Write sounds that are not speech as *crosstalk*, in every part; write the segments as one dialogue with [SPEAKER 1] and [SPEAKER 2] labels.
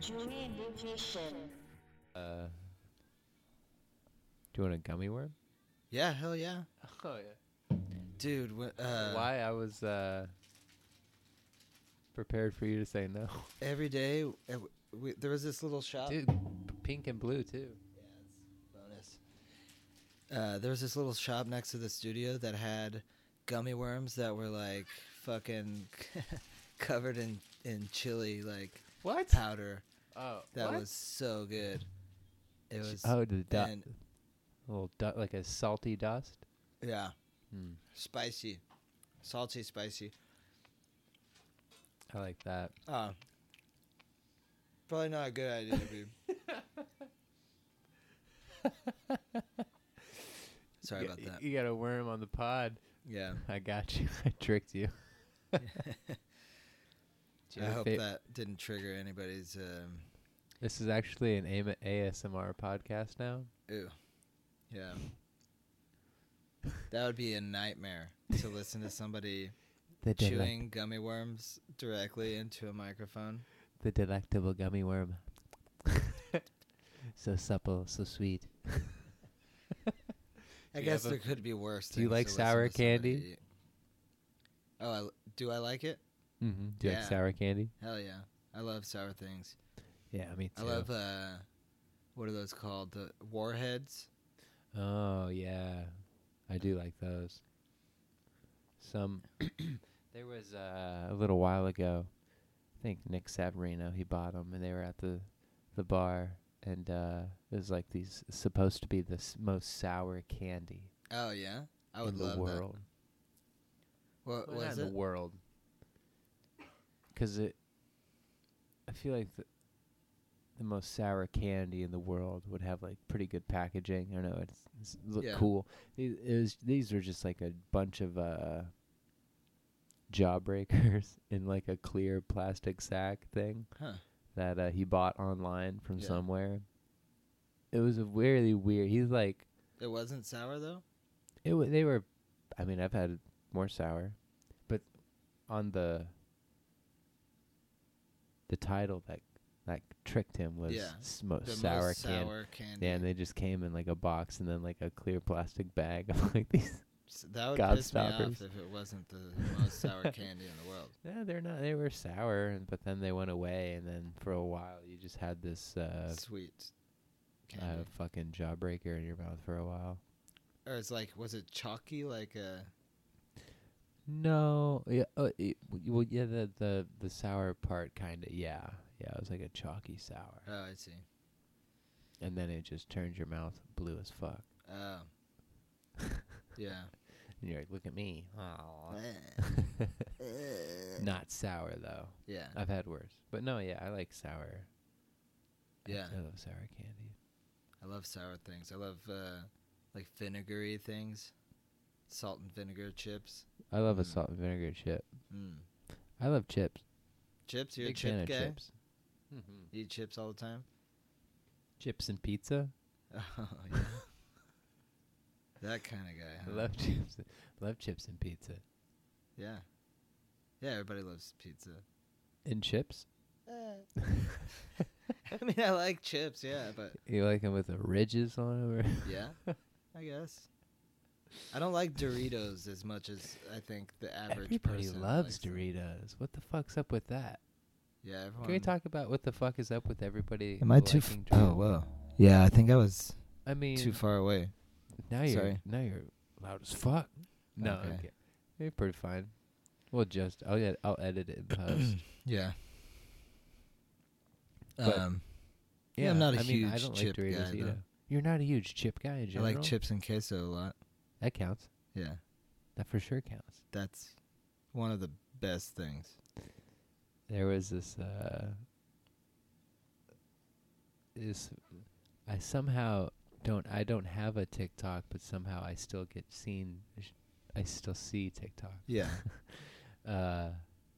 [SPEAKER 1] Johnny Vacation.
[SPEAKER 2] Uh, do you want a gummy worm?
[SPEAKER 3] Yeah, hell yeah,
[SPEAKER 2] *laughs* Oh yeah.
[SPEAKER 3] dude. wh- Uh,
[SPEAKER 2] Why I was uh, prepared for you to say no,
[SPEAKER 3] Every day, uh, w- we, there was this little shop.
[SPEAKER 2] dude. Pink and blue too.
[SPEAKER 3] Bonus. Uh, there was this little shop next to the studio that had gummy worms that were like fucking *laughs* covered in in chili like
[SPEAKER 2] What?
[SPEAKER 3] powder.
[SPEAKER 2] Oh,
[SPEAKER 3] That
[SPEAKER 2] what?
[SPEAKER 3] was so good. It was
[SPEAKER 2] oh the dust,
[SPEAKER 3] and-
[SPEAKER 2] little du- like a salty dust.
[SPEAKER 3] yeah,
[SPEAKER 2] Mm.
[SPEAKER 3] spicy, salty, spicy.
[SPEAKER 2] I like that.
[SPEAKER 3] Uh, probably not a good
[SPEAKER 2] *laughs*
[SPEAKER 3] idea, dude. Sorry
[SPEAKER 2] You-
[SPEAKER 3] about that.
[SPEAKER 2] You got a worm on the pod.
[SPEAKER 3] Yeah,
[SPEAKER 2] *laughs* I got you. *laughs* I tricked
[SPEAKER 3] *laughs*
[SPEAKER 2] you. Do you
[SPEAKER 3] I
[SPEAKER 2] have a
[SPEAKER 3] hope
[SPEAKER 2] fa-
[SPEAKER 3] that didn't trigger anybody's. Um,
[SPEAKER 2] This is actually an AM- ASMR podcast now.
[SPEAKER 3] Ooh. Yeah. That would be a nightmare to listen
[SPEAKER 2] *laughs*
[SPEAKER 3] to somebody
[SPEAKER 2] The delec-
[SPEAKER 3] chewing gummy worms directly into a microphone.
[SPEAKER 2] the delectable gummy worm. *laughs* so supple, so sweet.
[SPEAKER 3] I
[SPEAKER 2] Do you
[SPEAKER 3] guess
[SPEAKER 2] have
[SPEAKER 3] there
[SPEAKER 2] a-
[SPEAKER 3] could be worse.
[SPEAKER 2] do you
[SPEAKER 3] things
[SPEAKER 2] like
[SPEAKER 3] to listen to
[SPEAKER 2] sour
[SPEAKER 3] somebody
[SPEAKER 2] candy?
[SPEAKER 3] eat. Oh, I l do I like it?
[SPEAKER 2] Mm-hmm. Do you like
[SPEAKER 3] Yeah.
[SPEAKER 2] sour candy?
[SPEAKER 3] Hell yeah. I love sour things.
[SPEAKER 2] Yeah, me too.
[SPEAKER 3] I love uh what are those called? The warheads?
[SPEAKER 2] oh yeah, I do like those. Some *coughs* there was uh, a little while ago. I think Nick Savarino he bought them, and they were at the the bar, and uh, it was like these supposed to be the s- most sour candy
[SPEAKER 3] Oh yeah. I would
[SPEAKER 2] in
[SPEAKER 3] love
[SPEAKER 2] the world.
[SPEAKER 3] that. What
[SPEAKER 2] Well, not
[SPEAKER 3] was
[SPEAKER 2] in
[SPEAKER 3] it?
[SPEAKER 2] the world. Because it, I feel like the, the most sour candy in the world would have like pretty good packaging. I don't know it's, it's look
[SPEAKER 3] Yeah.
[SPEAKER 2] cool. These it was, these were just like a bunch of uh, jawbreakers *laughs* in like a clear plastic sack thing
[SPEAKER 3] Huh.
[SPEAKER 2] that uh, he bought online from
[SPEAKER 3] Yeah.
[SPEAKER 2] somewhere. It was a really weird. He's like
[SPEAKER 3] It wasn't sour though?
[SPEAKER 2] it. W- they were. I mean, I've had more sour, but on the the title that that tricked him was
[SPEAKER 3] Yeah,
[SPEAKER 2] s- most
[SPEAKER 3] The
[SPEAKER 2] sour
[SPEAKER 3] most
[SPEAKER 2] candy.
[SPEAKER 3] sour candy.
[SPEAKER 2] Yeah, and they just came in like a box and then like a clear plastic bag of like these. *laughs*
[SPEAKER 3] S that would piss me
[SPEAKER 2] Gobstoppers.
[SPEAKER 3] off if it wasn't the
[SPEAKER 2] *laughs*
[SPEAKER 3] most sour candy in the world.
[SPEAKER 2] Yeah, they're not. They were sour, and but then they went away, and then for a while you just had this uh,
[SPEAKER 3] Sweet
[SPEAKER 2] uh
[SPEAKER 3] candy.
[SPEAKER 2] fucking jawbreaker in your mouth for a while.
[SPEAKER 3] or it's like, was it chalky? Like uh, a
[SPEAKER 2] No, yeah, uh, it, w- well, yeah, the the the sour part kind of, yeah, yeah, it was like a chalky sour.
[SPEAKER 3] oh, I see.
[SPEAKER 2] and then it just turns your mouth blue as fuck. *laughs*
[SPEAKER 3] Oh, yeah.
[SPEAKER 2] And you're like, look at me.
[SPEAKER 3] *laughs*
[SPEAKER 2] Aw. *laughs*
[SPEAKER 3] yeah,
[SPEAKER 2] Not sour though. I've had worse. But no, yeah, I like sour. I-
[SPEAKER 3] yeah.
[SPEAKER 2] I love sour candy.
[SPEAKER 3] I love sour things. I love uh, like vinegary things, salt and vinegar chips.
[SPEAKER 2] I love a
[SPEAKER 3] Mm.
[SPEAKER 2] salt and vinegar chip.
[SPEAKER 3] Mm.
[SPEAKER 2] I love chips.
[SPEAKER 3] Chips? You're
[SPEAKER 2] Big
[SPEAKER 3] a
[SPEAKER 2] fan
[SPEAKER 3] chip
[SPEAKER 2] of
[SPEAKER 3] guy.
[SPEAKER 2] chips. Mm-hmm.
[SPEAKER 3] You eat chips all the time. *laughs*
[SPEAKER 2] Chips and pizza.
[SPEAKER 3] Oh, yeah.
[SPEAKER 2] *laughs*
[SPEAKER 3] that kind of guy. Huh?
[SPEAKER 2] I love chips. *laughs* Love chips and pizza.
[SPEAKER 3] Yeah. Yeah, everybody loves pizza.
[SPEAKER 2] *laughs* And chips.
[SPEAKER 3] I mean, I like chips, yeah, but
[SPEAKER 2] You like them with the ridges on them? *laughs*
[SPEAKER 3] yeah, I guess. I don't like Doritos as much as I think the average
[SPEAKER 2] Everybody
[SPEAKER 3] person
[SPEAKER 2] loves
[SPEAKER 3] likes them.
[SPEAKER 2] Doritos. What the fuck's up with that?
[SPEAKER 3] Yeah, everyone.
[SPEAKER 2] Can we talk about what the fuck is up with everybody?
[SPEAKER 3] Am I too? F-
[SPEAKER 2] liking
[SPEAKER 3] oh
[SPEAKER 2] Doritos?
[SPEAKER 3] wow. Yeah, I think I was
[SPEAKER 2] I mean,
[SPEAKER 3] too far away.
[SPEAKER 2] Now you're
[SPEAKER 3] Sorry.
[SPEAKER 2] now you're loud as fuck. No,
[SPEAKER 3] Okay.
[SPEAKER 2] okay. you're pretty fine. We'll just I'll get I'll edit
[SPEAKER 3] *coughs*
[SPEAKER 2] it in post.
[SPEAKER 3] Yeah.
[SPEAKER 2] But-
[SPEAKER 3] um, Yeah, I'm not a
[SPEAKER 2] I mean, I
[SPEAKER 3] huge
[SPEAKER 2] don't
[SPEAKER 3] chip
[SPEAKER 2] like Doritos
[SPEAKER 3] guy,
[SPEAKER 2] either.
[SPEAKER 3] though.
[SPEAKER 2] You're not a huge chip guy in
[SPEAKER 3] I
[SPEAKER 2] general.
[SPEAKER 3] like chips and queso a lot.
[SPEAKER 2] That counts.
[SPEAKER 3] Yeah,
[SPEAKER 2] That for sure counts.
[SPEAKER 3] that's one of the best things.
[SPEAKER 2] There was this uh this I somehow don't I don't have a TikTok, but somehow I still get seen. I still see TikTok.
[SPEAKER 3] Yeah.
[SPEAKER 2] uh,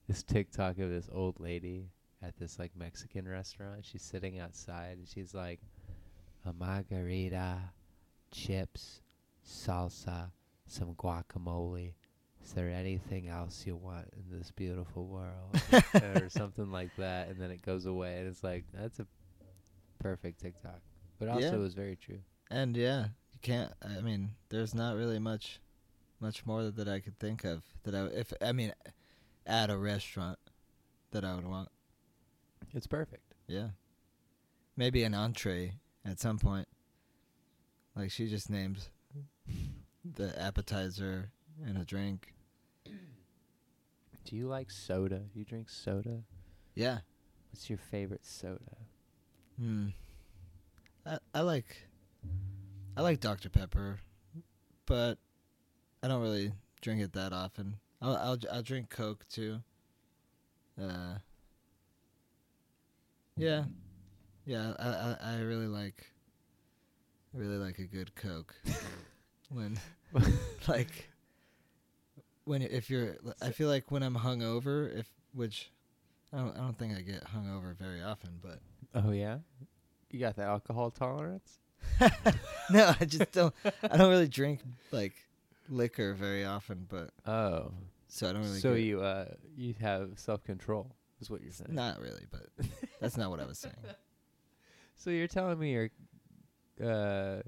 [SPEAKER 2] this TikTok of this old lady at this like Mexican restaurant. She's sitting outside and she's like, a margarita, chips, salsa, some guacamole, Is there anything else you want in this beautiful *laughs* world? or something like that. And then it goes away. And it's like, that's a perfect TikTok. But
[SPEAKER 3] Yeah.
[SPEAKER 2] also, it was very true.
[SPEAKER 3] *laughs* And yeah, you can't. I mean, there's not really much, much more that, that I could think of that I if I mean, at a restaurant, that I would want.
[SPEAKER 2] It's perfect.
[SPEAKER 3] Yeah, maybe an entree at some point. Like she just named the appetizer and a drink.
[SPEAKER 2] Do you like soda? You drink soda?
[SPEAKER 3] Yeah.
[SPEAKER 2] What's your favorite soda?
[SPEAKER 3] Hmm. I I like. I like Dr Pepper, but I don't really drink it that often. I'll I'll, I'll drink Coke too. Uh. Yeah, yeah. I I, I really like. I really like a good Coke. when, *laughs* like, when if you're, I feel like when I'm hungover, if which, I don't I don't think I get hungover very often, but
[SPEAKER 2] Oh, yeah? You got the alcohol tolerance?
[SPEAKER 3] *laughs* no, I just don't. I don't really drink like liquor very often, but
[SPEAKER 2] Oh.
[SPEAKER 3] so I don't really.
[SPEAKER 2] so
[SPEAKER 3] get-
[SPEAKER 2] you uh you have self control is what you're saying.
[SPEAKER 3] Not really, but that's not what I was saying.
[SPEAKER 2] So you're telling me you're uh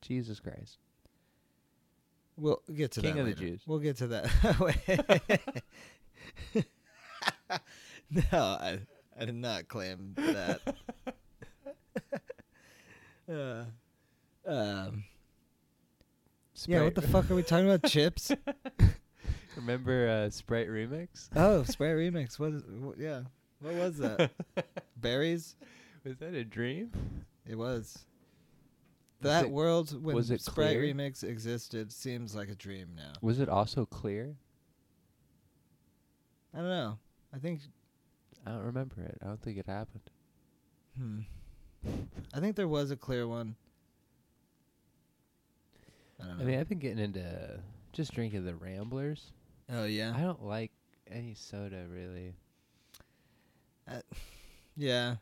[SPEAKER 2] Jesus Christ.
[SPEAKER 3] We'll get to
[SPEAKER 2] King
[SPEAKER 3] that.
[SPEAKER 2] of the
[SPEAKER 3] later.
[SPEAKER 2] Jews.
[SPEAKER 3] We'll get
[SPEAKER 2] *laughs*
[SPEAKER 3] to that. *laughs* Wait. no, I, I did not claim
[SPEAKER 2] *laughs*
[SPEAKER 3] that. uh, um, yeah, what the
[SPEAKER 2] Sprite-
[SPEAKER 3] fuck are we talking about?
[SPEAKER 2] *laughs*
[SPEAKER 3] Chips?
[SPEAKER 2] Remember uh Sprite Remix?
[SPEAKER 3] Oh, Sprite Remix. What? Is, wh- yeah. What
[SPEAKER 2] *laughs*
[SPEAKER 3] was that? Berries.
[SPEAKER 2] Was that a dream?
[SPEAKER 3] It was.
[SPEAKER 2] Was
[SPEAKER 3] That
[SPEAKER 2] it-
[SPEAKER 3] world when
[SPEAKER 2] was it
[SPEAKER 3] Sprite
[SPEAKER 2] clear?
[SPEAKER 3] Remix existed seems like a dream now.
[SPEAKER 2] Was it also clear?
[SPEAKER 3] I don't know. I think
[SPEAKER 2] I don't remember it. I don't think it happened.
[SPEAKER 3] hmm. I think there was a clear one. I don't know.
[SPEAKER 2] I mean, I've been getting into just drinking the Ramblers.
[SPEAKER 3] oh yeah.
[SPEAKER 2] I don't like any soda really.
[SPEAKER 3] Uh, yeah.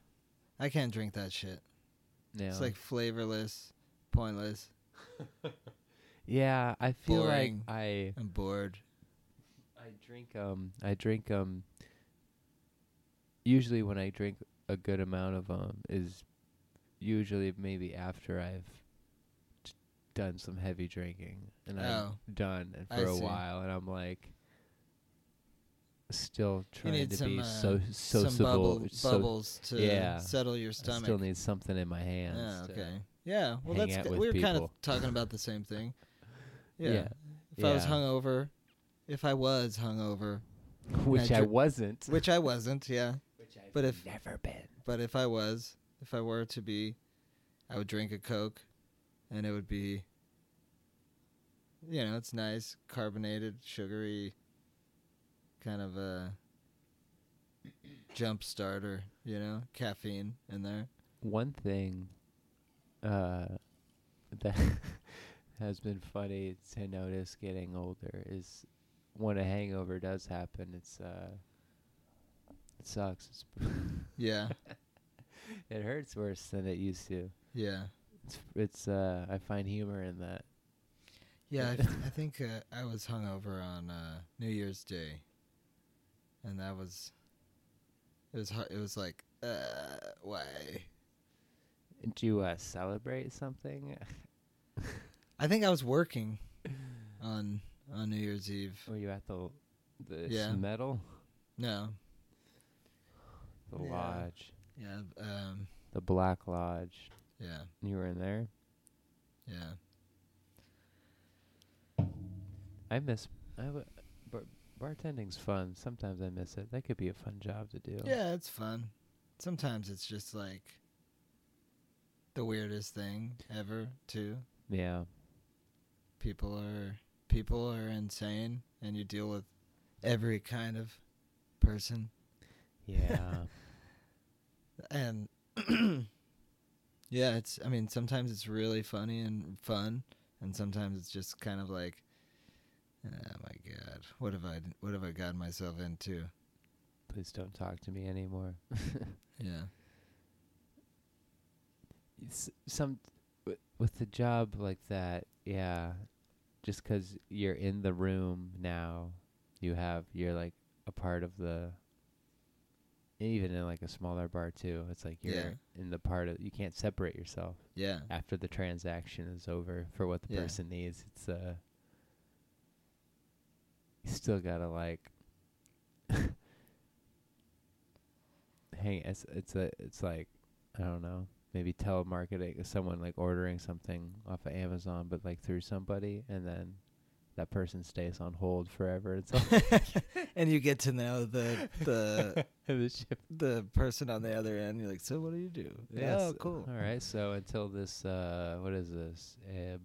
[SPEAKER 3] I can't drink that shit.
[SPEAKER 2] No.
[SPEAKER 3] It's like flavorless, pointless.
[SPEAKER 2] yeah, I feel
[SPEAKER 3] boring.
[SPEAKER 2] like I
[SPEAKER 3] I'm bored.
[SPEAKER 2] I drink um I drink um usually when I drink a good amount of um is usually maybe after I've t- done some heavy drinking and I'm
[SPEAKER 3] Oh.
[SPEAKER 2] done and
[SPEAKER 3] I
[SPEAKER 2] for a
[SPEAKER 3] see.
[SPEAKER 2] while and I'm like still trying
[SPEAKER 3] need
[SPEAKER 2] to
[SPEAKER 3] some,
[SPEAKER 2] be
[SPEAKER 3] uh,
[SPEAKER 2] so
[SPEAKER 3] Some bubble,
[SPEAKER 2] sociable so-
[SPEAKER 3] bubbles to
[SPEAKER 2] yeah.
[SPEAKER 3] settle your
[SPEAKER 2] I
[SPEAKER 3] stomach.
[SPEAKER 2] still need something in my hands.
[SPEAKER 3] Yeah,
[SPEAKER 2] to-
[SPEAKER 3] okay. Yeah. Well,
[SPEAKER 2] hang
[SPEAKER 3] that's
[SPEAKER 2] out
[SPEAKER 3] ki-
[SPEAKER 2] with
[SPEAKER 3] we were kind of
[SPEAKER 2] people.
[SPEAKER 3] talking about the same
[SPEAKER 2] *laughs*
[SPEAKER 3] thing. Yeah.
[SPEAKER 2] Yeah.
[SPEAKER 3] If I was
[SPEAKER 2] Yeah.
[SPEAKER 3] hungover, if I was hungover,
[SPEAKER 2] *laughs* Which I
[SPEAKER 3] dri-
[SPEAKER 2] wasn't.
[SPEAKER 3] which I wasn't, yeah.
[SPEAKER 2] *laughs* Which I've
[SPEAKER 3] but if-
[SPEAKER 2] never been.
[SPEAKER 3] But if I was, if I were to be, I would drink a Coke, and it would be. You know, it's nice, carbonated, sugary. Kind of a jump starter, you know, caffeine in there.
[SPEAKER 2] one thing uh, *laughs* that has been funny to notice getting older is when a hangover does happen, it's uh, it sucks. It's
[SPEAKER 3] Yeah,
[SPEAKER 2] it hurts worse than it used to.
[SPEAKER 3] yeah,
[SPEAKER 2] It's it's uh, I find humor in that.
[SPEAKER 3] yeah. I, th- I think uh, I was hungover on uh, New Year's Day, and that was. It was hard. It was like, uh, why?
[SPEAKER 2] Do you uh, celebrate something? *laughs*
[SPEAKER 3] I think I was working on on New Year's Eve.
[SPEAKER 2] Were you at the the
[SPEAKER 3] Yeah.
[SPEAKER 2] metal,
[SPEAKER 3] No,
[SPEAKER 2] the
[SPEAKER 3] Yeah.
[SPEAKER 2] lodge,
[SPEAKER 3] yeah, um,
[SPEAKER 2] the black lodge?
[SPEAKER 3] yeah,
[SPEAKER 2] You were in there.
[SPEAKER 3] yeah.
[SPEAKER 2] I miss I w- bar- bartending's fun. Sometimes I miss it. That could be a fun job to do.
[SPEAKER 3] Yeah, it's fun. Sometimes it's just like the weirdest thing ever. Too
[SPEAKER 2] Yeah.
[SPEAKER 3] people are people are insane, and you deal with every kind of person.
[SPEAKER 2] Yeah. *laughs*
[SPEAKER 3] and *clears throat* yeah, it's. I mean, sometimes it's really funny and fun, and sometimes it's just kind of like, oh my god, what have I, what have I gotten myself into?
[SPEAKER 2] Please don't talk to me anymore.
[SPEAKER 3] Yeah,
[SPEAKER 2] It's some with, with the job like that, yeah. just because you're in the room now, you have you're like a part of the. Even in like a smaller bar too, it's like you're
[SPEAKER 3] Yeah.
[SPEAKER 2] in the part of you can't separate yourself
[SPEAKER 3] Yeah.
[SPEAKER 2] after the transaction is over for what the
[SPEAKER 3] Yeah.
[SPEAKER 2] person needs. It's uh, you still gotta like *laughs* hang. It's it's a it's like I don't know. Maybe telemarketing someone like ordering something off of Amazon, but like through somebody, and then that person stays on hold forever. It's
[SPEAKER 3] *laughs*
[SPEAKER 2] all *laughs*
[SPEAKER 3] and you get to know the the
[SPEAKER 2] the ship.
[SPEAKER 3] the person on the other end. You're like, so what do you do? Oh,
[SPEAKER 2] Yes.
[SPEAKER 3] cool.
[SPEAKER 2] All right. So until this, uh, what is this? Uh,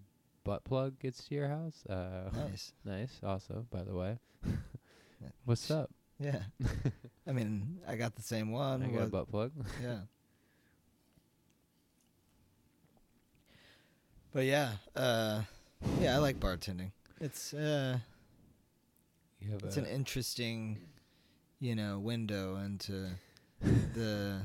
[SPEAKER 2] butt plug gets to your house. Uh,
[SPEAKER 3] Nice.
[SPEAKER 2] Nice, also, by the way.
[SPEAKER 3] Yeah.
[SPEAKER 2] *laughs* What's up?
[SPEAKER 3] Yeah. *laughs* I mean, I got the same one.
[SPEAKER 2] I got a
[SPEAKER 3] What-
[SPEAKER 2] butt plug. *laughs*
[SPEAKER 3] yeah. But yeah, uh, yeah, I like bartending. It's uh,
[SPEAKER 2] You have
[SPEAKER 3] it's
[SPEAKER 2] a-
[SPEAKER 3] an interesting, you know, window
[SPEAKER 2] *laughs*
[SPEAKER 3] into the the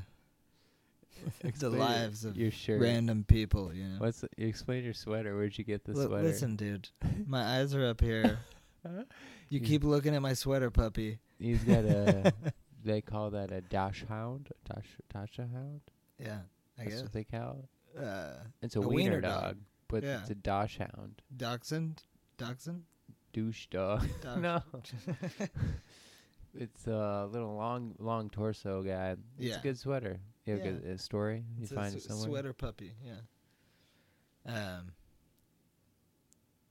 [SPEAKER 2] explain
[SPEAKER 3] lives of
[SPEAKER 2] your shirt.
[SPEAKER 3] random people. You know,
[SPEAKER 2] What's you explain your sweater? Where'd you get this
[SPEAKER 3] Li-
[SPEAKER 2] sweater?
[SPEAKER 3] listen, dude,
[SPEAKER 2] *laughs*
[SPEAKER 3] my eyes are up here. You
[SPEAKER 2] He's-
[SPEAKER 3] keep looking at my sweater, puppy.
[SPEAKER 2] He's got
[SPEAKER 3] *laughs*
[SPEAKER 2] a. they call that a dash hound. Dash dasha hound.
[SPEAKER 3] Yeah, I
[SPEAKER 2] That's
[SPEAKER 3] guess.
[SPEAKER 2] what they call it.
[SPEAKER 3] Uh,
[SPEAKER 2] It's a,
[SPEAKER 3] A
[SPEAKER 2] wiener,
[SPEAKER 3] wiener
[SPEAKER 2] dog,
[SPEAKER 3] dog.
[SPEAKER 2] but
[SPEAKER 3] Yeah.
[SPEAKER 2] it's a dash hound.
[SPEAKER 3] dachshund, dachshund,
[SPEAKER 2] Douche dog.
[SPEAKER 3] Dog-
[SPEAKER 2] *laughs*
[SPEAKER 3] *laughs*
[SPEAKER 2] no. it's a little long, long torso guy. It's
[SPEAKER 3] Yeah.
[SPEAKER 2] a good sweater. You have a
[SPEAKER 3] Yeah.
[SPEAKER 2] good uh, story. You
[SPEAKER 3] It's a
[SPEAKER 2] find
[SPEAKER 3] s-
[SPEAKER 2] it somewhere.
[SPEAKER 3] sweater puppy. Yeah. Um,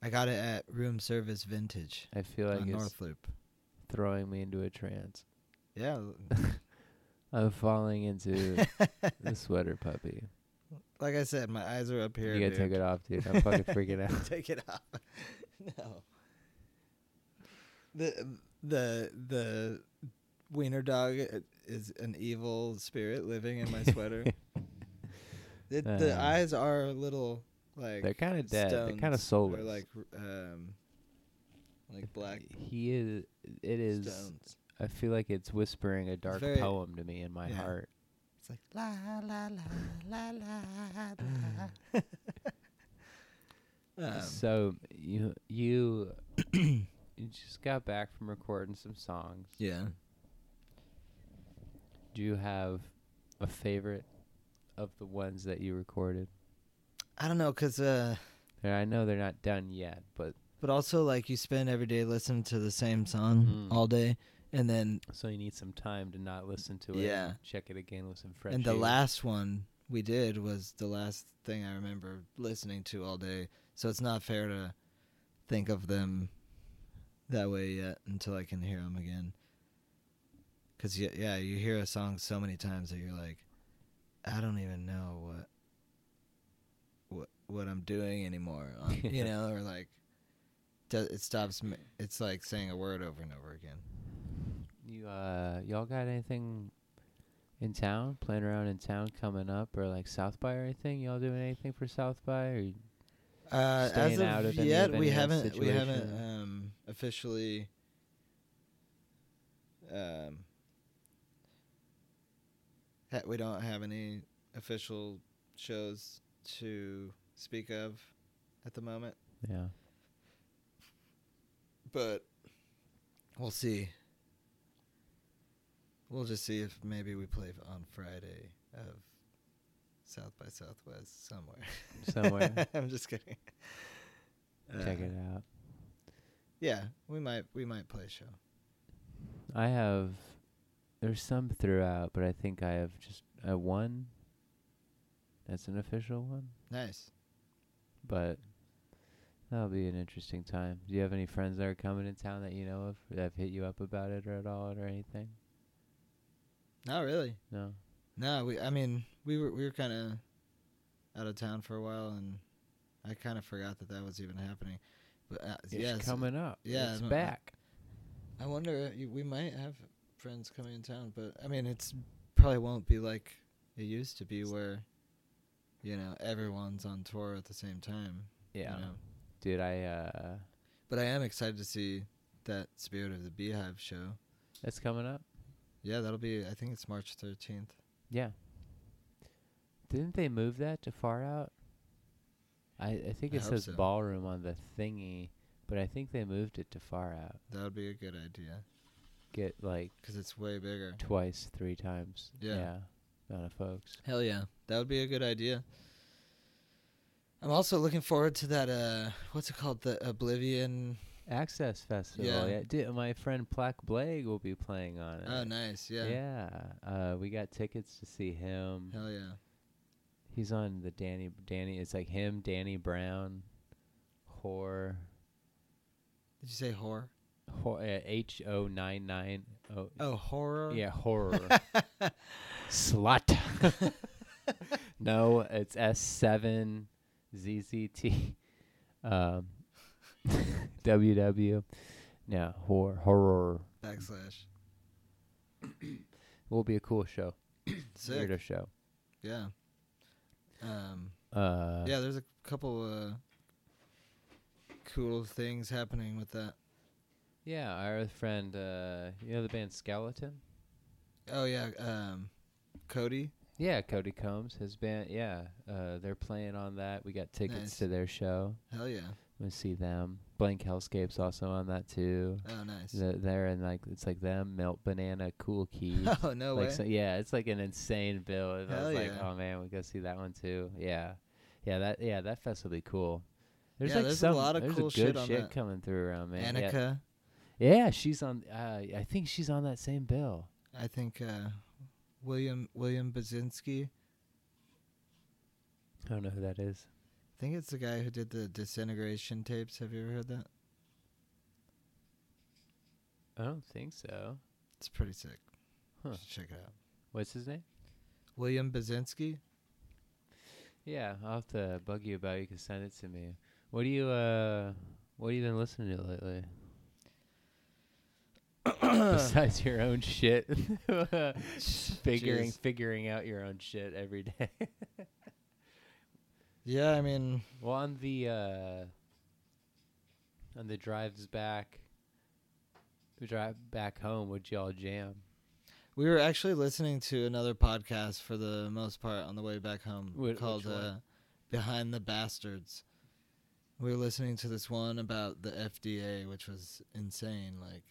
[SPEAKER 3] I got it at Room Service Vintage
[SPEAKER 2] I feel like
[SPEAKER 3] on
[SPEAKER 2] it's
[SPEAKER 3] North Loop.
[SPEAKER 2] throwing me into a trance.
[SPEAKER 3] Yeah, l-
[SPEAKER 2] I'm falling into the sweater puppy.
[SPEAKER 3] like I said, my eyes are up here.
[SPEAKER 2] you gotta
[SPEAKER 3] dude.
[SPEAKER 2] take it off, dude. I'm fucking freaking
[SPEAKER 3] *laughs*
[SPEAKER 2] out.
[SPEAKER 3] take it off. no. The the the wiener dog i- is an evil spirit living in my
[SPEAKER 2] *laughs*
[SPEAKER 3] sweater. it, the
[SPEAKER 2] Uh,
[SPEAKER 3] eyes are a little like
[SPEAKER 2] They're kind of dead. They're kind of
[SPEAKER 3] stones, or
[SPEAKER 2] soulless.
[SPEAKER 3] like um like black
[SPEAKER 2] He is. It is.
[SPEAKER 3] stones.
[SPEAKER 2] I feel like it's whispering a dark
[SPEAKER 3] very-
[SPEAKER 2] poem to me in my
[SPEAKER 3] yeah.
[SPEAKER 2] heart.
[SPEAKER 3] It's like la la la la
[SPEAKER 2] *laughs*
[SPEAKER 3] la *laughs* la. um,
[SPEAKER 2] so you
[SPEAKER 3] *coughs*
[SPEAKER 2] you you just got back from recording some songs.
[SPEAKER 3] yeah.
[SPEAKER 2] Do you have a favorite of the ones that you recorded?
[SPEAKER 3] I don't know cuz uh
[SPEAKER 2] And I know they're not done yet, but
[SPEAKER 3] But also, like, you spend every day listening to the same song
[SPEAKER 2] Mm.
[SPEAKER 3] all day, and then
[SPEAKER 2] so you need some time to not listen to it.
[SPEAKER 3] Yeah.
[SPEAKER 2] and Check it again with some fresh.
[SPEAKER 3] and the
[SPEAKER 2] ears.
[SPEAKER 3] last one we did was the last thing I remember listening to all day. So it's not fair to think of them that way yet until I can hear them again. Cause y- yeah, you hear a song so many times that you're like, I don't even know what what what I'm
[SPEAKER 2] *laughs*
[SPEAKER 3] doing anymore, um, you know, or like. do- It stops. m- It's like saying a word over and over again.
[SPEAKER 2] You uh, y'all got anything in town? Playing around in town coming up, or like South by or anything? Y'all doing anything for South by? Or you-
[SPEAKER 3] Uh,
[SPEAKER 2] staying
[SPEAKER 3] as
[SPEAKER 2] out
[SPEAKER 3] of
[SPEAKER 2] of any
[SPEAKER 3] yet,
[SPEAKER 2] of
[SPEAKER 3] we
[SPEAKER 2] anyone's
[SPEAKER 3] haven't we haven't
[SPEAKER 2] situation.
[SPEAKER 3] um, officially um, ha- we don't have any official shows to speak of at the moment,
[SPEAKER 2] yeah,
[SPEAKER 3] but we'll see. We'll just see if maybe we play on Friday of South by Southwest somewhere. *laughs*
[SPEAKER 2] somewhere.
[SPEAKER 3] I'm just kidding.
[SPEAKER 2] Check
[SPEAKER 3] Uh,
[SPEAKER 2] it out.
[SPEAKER 3] Yeah, we might we might play a show.
[SPEAKER 2] I have. There's some throughout, but I think I have just uh, one. That's an official one,
[SPEAKER 3] Nice.
[SPEAKER 2] but that'll be an interesting time. Do you have any friends that are coming in town that you know of that have hit you up about it or at all or anything?
[SPEAKER 3] Not really.
[SPEAKER 2] No.
[SPEAKER 3] No, we I mean, we were we were kind of out of town for a while and I kind of forgot that that was even happening. But uh,
[SPEAKER 2] It's
[SPEAKER 3] yes,
[SPEAKER 2] coming up.
[SPEAKER 3] yeah,
[SPEAKER 2] it's
[SPEAKER 3] no, I-
[SPEAKER 2] back.
[SPEAKER 3] I wonder if you- we might have friends coming in town, but I mean, it's probably won't be like it used to be where you know, everyone's on tour at the same time. you
[SPEAKER 2] yeah,
[SPEAKER 3] know.
[SPEAKER 2] dude. I uh,
[SPEAKER 3] But I am excited to see that Spirit of the Beehive show.
[SPEAKER 2] that's coming up.
[SPEAKER 3] Yeah, that'll be I think it's March 13th.
[SPEAKER 2] Yeah. Didn't they move that to far out? I I think
[SPEAKER 3] I
[SPEAKER 2] it
[SPEAKER 3] hope
[SPEAKER 2] says
[SPEAKER 3] so.
[SPEAKER 2] ballroom on the thingy, but I think they moved it to far out.
[SPEAKER 3] That would be a good idea
[SPEAKER 2] Get like
[SPEAKER 3] because it's way bigger.
[SPEAKER 2] twice, three times.
[SPEAKER 3] Yeah.
[SPEAKER 2] Amount of folks.
[SPEAKER 3] Hell yeah, that would be a good idea. I'm also looking forward to that. Uh, what's it called? The Oblivion.
[SPEAKER 2] Access Festival.
[SPEAKER 3] Yeah.
[SPEAKER 2] Yeah. di- my friend Plaque Blake will be playing on it.
[SPEAKER 3] Oh, nice. Yeah.
[SPEAKER 2] Uh, Yeah. Uh, we got tickets to see him.
[SPEAKER 3] Hell yeah.
[SPEAKER 2] He's on the Danny Danny it's like him, Danny Brown, whore
[SPEAKER 3] Did you say horror?
[SPEAKER 2] uh, H O nine nine O
[SPEAKER 3] Oh, horror.
[SPEAKER 2] yeah,
[SPEAKER 3] *laughs*
[SPEAKER 2] horror. Slut. no, it's S seven Z Z T um *laughs* W W. No, horror horror.
[SPEAKER 3] Backslash.
[SPEAKER 2] Will be a cool show.
[SPEAKER 3] Sick.
[SPEAKER 2] Weirdo show.
[SPEAKER 3] Yeah. Um.
[SPEAKER 2] Uh
[SPEAKER 3] yeah, there's a couple uh, cool things happening with that.
[SPEAKER 2] yeah, our friend uh you know the band Skeleton?
[SPEAKER 3] Oh yeah. Um, Cody.
[SPEAKER 2] Yeah, Cody Combs, his band. Yeah, uh, they're playing on that. We got tickets
[SPEAKER 3] Nice.
[SPEAKER 2] to their show.
[SPEAKER 3] Hell yeah.
[SPEAKER 2] I'm gonna see them. Blank Hellscape's also on that too.
[SPEAKER 3] Oh nice. *laughs*
[SPEAKER 2] Th- They're in like it's like them, Melt Banana, Cool Key.
[SPEAKER 3] Oh *laughs* no
[SPEAKER 2] like
[SPEAKER 3] way.
[SPEAKER 2] so, yeah, it's like an insane bill. And I
[SPEAKER 3] Hell
[SPEAKER 2] was like,
[SPEAKER 3] yeah.
[SPEAKER 2] oh man, we go see that one too. Yeah, yeah, that yeah that fest will be cool. There's
[SPEAKER 3] Yeah,
[SPEAKER 2] like
[SPEAKER 3] there's a
[SPEAKER 2] some,
[SPEAKER 3] lot of
[SPEAKER 2] there's
[SPEAKER 3] cool
[SPEAKER 2] a
[SPEAKER 3] shit
[SPEAKER 2] good
[SPEAKER 3] on
[SPEAKER 2] shit,
[SPEAKER 3] that.
[SPEAKER 2] coming through around man. Yeah.
[SPEAKER 3] Annika.
[SPEAKER 2] Yeah. she's on. Uh, I think she's on that same bill.
[SPEAKER 3] I think uh, William William Basinski. I
[SPEAKER 2] I don't know who that is.
[SPEAKER 3] think it's the guy who did the disintegration tapes. Have you ever heard that?
[SPEAKER 2] I don't think so.
[SPEAKER 3] It's pretty sick.
[SPEAKER 2] Huh.
[SPEAKER 3] You should check it out.
[SPEAKER 2] What's his name?
[SPEAKER 3] William Basinski.
[SPEAKER 2] Yeah, I'll have to bug you about. it. You can send it to me. What do you uh? What have you been listening to *coughs* lately? Besides your own shit, *laughs* figuring *laughs*
[SPEAKER 3] Jeez.
[SPEAKER 2] figuring out your own shit every day. *laughs*
[SPEAKER 3] Yeah, I mean,
[SPEAKER 2] well, on the uh, on the drives back, the drive back home, would y'all jam?
[SPEAKER 3] we were actually listening to another podcast for the most part on the way back home
[SPEAKER 2] Wh- which
[SPEAKER 3] called
[SPEAKER 2] one?
[SPEAKER 3] uh, Behind the Bastards. We were listening to this one about the FDA, which was insane. Like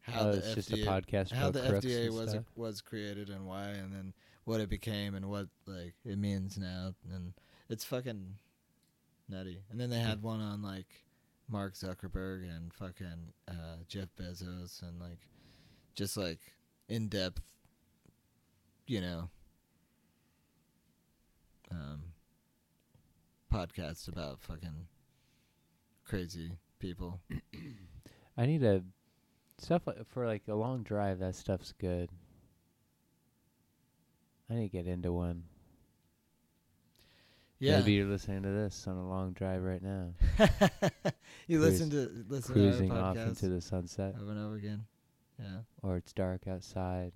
[SPEAKER 3] how
[SPEAKER 2] oh,
[SPEAKER 3] the
[SPEAKER 2] it's
[SPEAKER 3] FDA
[SPEAKER 2] just a podcast.
[SPEAKER 3] how
[SPEAKER 2] about
[SPEAKER 3] the
[SPEAKER 2] crooks
[SPEAKER 3] FDA
[SPEAKER 2] and
[SPEAKER 3] was
[SPEAKER 2] stuff.
[SPEAKER 3] was created and why, and then what it became and what like it means now, and it's fucking nutty. And then they had one on like Mark Zuckerberg and fucking uh, Jeff Bezos and like just like in depth, you know, um, podcasts about fucking crazy people.
[SPEAKER 2] I need a stuff like, for like a long drive. That stuff's good. I need to get into one.
[SPEAKER 3] Yeah.
[SPEAKER 2] Maybe you're listening to this on a long drive right now,
[SPEAKER 3] *laughs* you
[SPEAKER 2] Cruise-
[SPEAKER 3] listen to listen
[SPEAKER 2] cruising
[SPEAKER 3] to our
[SPEAKER 2] off
[SPEAKER 3] podcast
[SPEAKER 2] into the sunset,
[SPEAKER 3] over and over again. Yeah,
[SPEAKER 2] or it's dark
[SPEAKER 3] *laughs*
[SPEAKER 2] outside.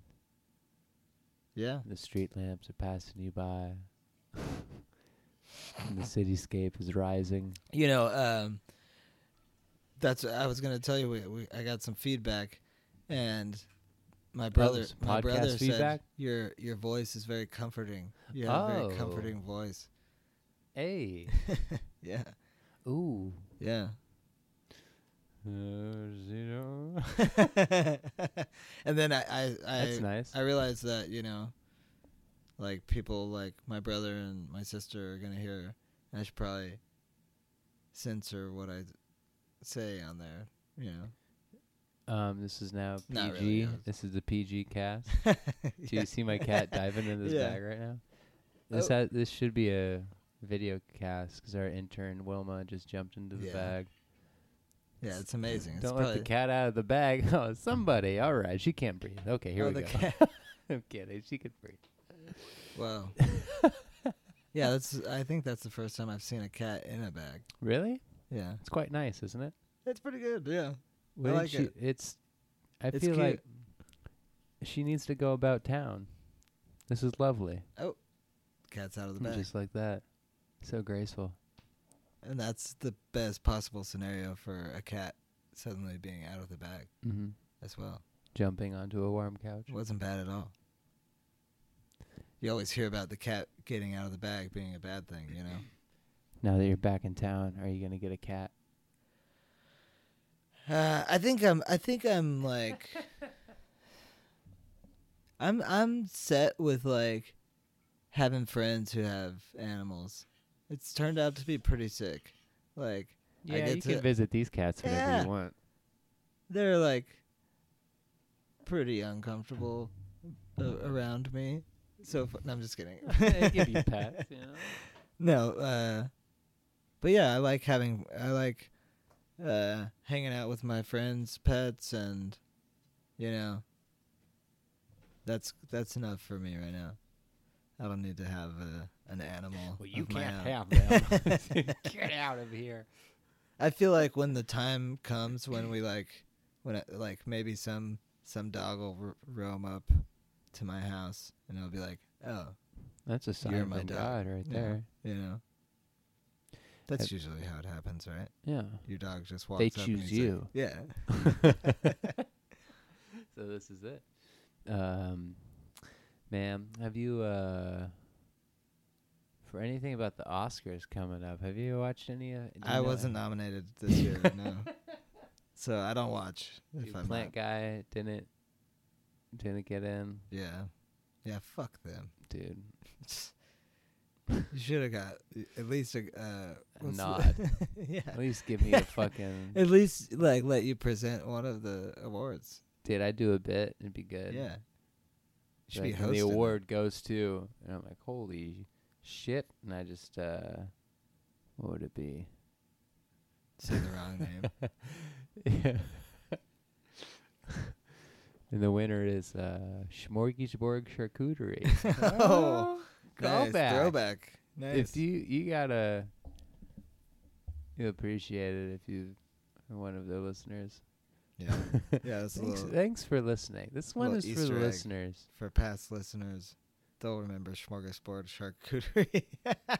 [SPEAKER 3] yeah,
[SPEAKER 2] The street lamps are passing you by. *laughs* and the cityscape is rising.
[SPEAKER 3] you know, um, that's what I was gonna tell you. We, we I got some feedback, and my brother,
[SPEAKER 2] was
[SPEAKER 3] my
[SPEAKER 2] Oh, podcast
[SPEAKER 3] brother said
[SPEAKER 2] feedback?
[SPEAKER 3] your your voice is very comforting. You have a very
[SPEAKER 2] Oh.
[SPEAKER 3] comforting
[SPEAKER 2] *laughs*
[SPEAKER 3] voice. *laughs*
[SPEAKER 2] Hey,
[SPEAKER 3] Yeah,
[SPEAKER 2] ooh. *laughs*
[SPEAKER 3] yeah. *laughs*
[SPEAKER 2] Zero.
[SPEAKER 3] and then I I I,
[SPEAKER 2] That's nice.
[SPEAKER 3] I realized that you know, like people like my brother and my sister are gonna hear. And I should probably censor what I say on there. You know, *laughs*
[SPEAKER 2] Um, this is now
[SPEAKER 3] Not really,
[SPEAKER 2] PG.
[SPEAKER 3] yeah.
[SPEAKER 2] This is the PG cast. Do
[SPEAKER 3] *laughs* Yeah.
[SPEAKER 2] you see my cat diving
[SPEAKER 3] *laughs*
[SPEAKER 2] in this
[SPEAKER 3] Yeah.
[SPEAKER 2] bag right now? This
[SPEAKER 3] Oh.
[SPEAKER 2] ha- this should be a video cast 'cause our intern Wilma just jumped into the
[SPEAKER 3] Yeah.
[SPEAKER 2] bag.
[SPEAKER 3] yeah, it's amazing. It's
[SPEAKER 2] Don't let
[SPEAKER 3] probably,
[SPEAKER 2] the cat out of the bag. *laughs* Oh, somebody. All right, she can't breathe. Okay, here
[SPEAKER 3] Oh,
[SPEAKER 2] we
[SPEAKER 3] the
[SPEAKER 2] go.
[SPEAKER 3] cat-
[SPEAKER 2] *laughs* I'm kidding. She can breathe.
[SPEAKER 3] Wow.
[SPEAKER 2] *laughs*
[SPEAKER 3] yeah, that's. I think that's the first time I've seen a cat in a bag.
[SPEAKER 2] Really?
[SPEAKER 3] Yeah,
[SPEAKER 2] It's quite nice, isn't it?
[SPEAKER 3] that's pretty good. Yeah,
[SPEAKER 2] Wouldn't
[SPEAKER 3] like
[SPEAKER 2] she-
[SPEAKER 3] it.
[SPEAKER 2] It's. I
[SPEAKER 3] It's
[SPEAKER 2] feel
[SPEAKER 3] cute.
[SPEAKER 2] like she needs to go about town. This is lovely.
[SPEAKER 3] cats out of the bag,
[SPEAKER 2] Just like that. So graceful.
[SPEAKER 3] and that's the best possible scenario for a cat suddenly being out of the bag
[SPEAKER 2] hmm
[SPEAKER 3] as well.
[SPEAKER 2] Jumping onto a warm couch.
[SPEAKER 3] wasn't bad at all. You always hear about the cat getting out of the bag being a bad thing, you know.
[SPEAKER 2] Now that you're back in town, are you gonna get a cat?
[SPEAKER 3] *laughs* Uh, I think I'm. I think I'm *laughs* like. I'm I'm set with like having friends who have animals. It's turned out to be pretty sick. Like I
[SPEAKER 2] Yeah,
[SPEAKER 3] get
[SPEAKER 2] you
[SPEAKER 3] to
[SPEAKER 2] can visit these cats whenever
[SPEAKER 3] Yeah.
[SPEAKER 2] you want.
[SPEAKER 3] they're like pretty uncomfortable a- around me. So f- no, I'm just kidding.
[SPEAKER 2] *laughs* They *laughs* give you pets, you know.
[SPEAKER 3] No, uh, but yeah, I like having I like uh, hanging out with my friends' pets, and you know, that's that's enough for me right now. I don't need to have a, an animal.
[SPEAKER 2] Well, you
[SPEAKER 3] of my
[SPEAKER 2] can't
[SPEAKER 3] own.
[SPEAKER 2] have
[SPEAKER 3] *laughs*
[SPEAKER 2] them. *laughs* Get out of here.
[SPEAKER 3] I feel like when the time comes when we like when I, like maybe some some dog will r- roam up to my house, and I'll be like, oh,
[SPEAKER 2] *laughs* That's a sign
[SPEAKER 3] You're
[SPEAKER 2] from
[SPEAKER 3] my dog.
[SPEAKER 2] God right
[SPEAKER 3] Yeah.
[SPEAKER 2] there.
[SPEAKER 3] you know. That's
[SPEAKER 2] Have-
[SPEAKER 3] usually how it happens, right?
[SPEAKER 2] Yeah.
[SPEAKER 3] Your dog just walks.
[SPEAKER 2] They
[SPEAKER 3] up and
[SPEAKER 2] choose
[SPEAKER 3] he's like,
[SPEAKER 2] you.
[SPEAKER 3] yeah. *laughs*
[SPEAKER 2] so this is it. Um, ma'am, have you uh for anything about the Oscars coming up? Have you watched any? Uh, do you
[SPEAKER 3] I
[SPEAKER 2] know-
[SPEAKER 3] wasn't nominated this year,
[SPEAKER 2] *laughs*
[SPEAKER 3] no. So I don't watch
[SPEAKER 2] The
[SPEAKER 3] if I'm
[SPEAKER 2] plant
[SPEAKER 3] not.
[SPEAKER 2] guy didn't didn't get in,
[SPEAKER 3] Yeah. Yeah, fuck them.
[SPEAKER 2] dude.
[SPEAKER 3] You should have got at least a uh what's the-
[SPEAKER 2] nod.
[SPEAKER 3] *laughs* yeah.
[SPEAKER 2] At least give me a
[SPEAKER 3] *laughs*
[SPEAKER 2] fucking.
[SPEAKER 3] At least like let you present one of the awards.
[SPEAKER 2] Did I do a bit? It'd be good.
[SPEAKER 3] Yeah. You should
[SPEAKER 2] Like,
[SPEAKER 3] be
[SPEAKER 2] and
[SPEAKER 3] hosting.
[SPEAKER 2] the
[SPEAKER 3] it.
[SPEAKER 2] award goes to, and I'm like, holy shit! And I just, uh what would it be? *laughs*
[SPEAKER 3] Say the wrong name.
[SPEAKER 2] Yeah. and the winner is uh, Smorgasbord
[SPEAKER 3] *laughs*
[SPEAKER 2] Charcuterie.
[SPEAKER 3] Oh, nice.
[SPEAKER 2] callback.
[SPEAKER 3] Throwback. Nice.
[SPEAKER 2] If you you gotta, you appreciate it if you are one of the listeners.
[SPEAKER 3] yeah. Yeah, that's
[SPEAKER 2] *laughs* Thanks,
[SPEAKER 3] a little
[SPEAKER 2] thanks for listening. This one
[SPEAKER 3] little
[SPEAKER 2] is for
[SPEAKER 3] Easter
[SPEAKER 2] the
[SPEAKER 3] egg.
[SPEAKER 2] listeners.
[SPEAKER 3] for past listeners, they'll remember smorgasbord charcuterie. *laughs* that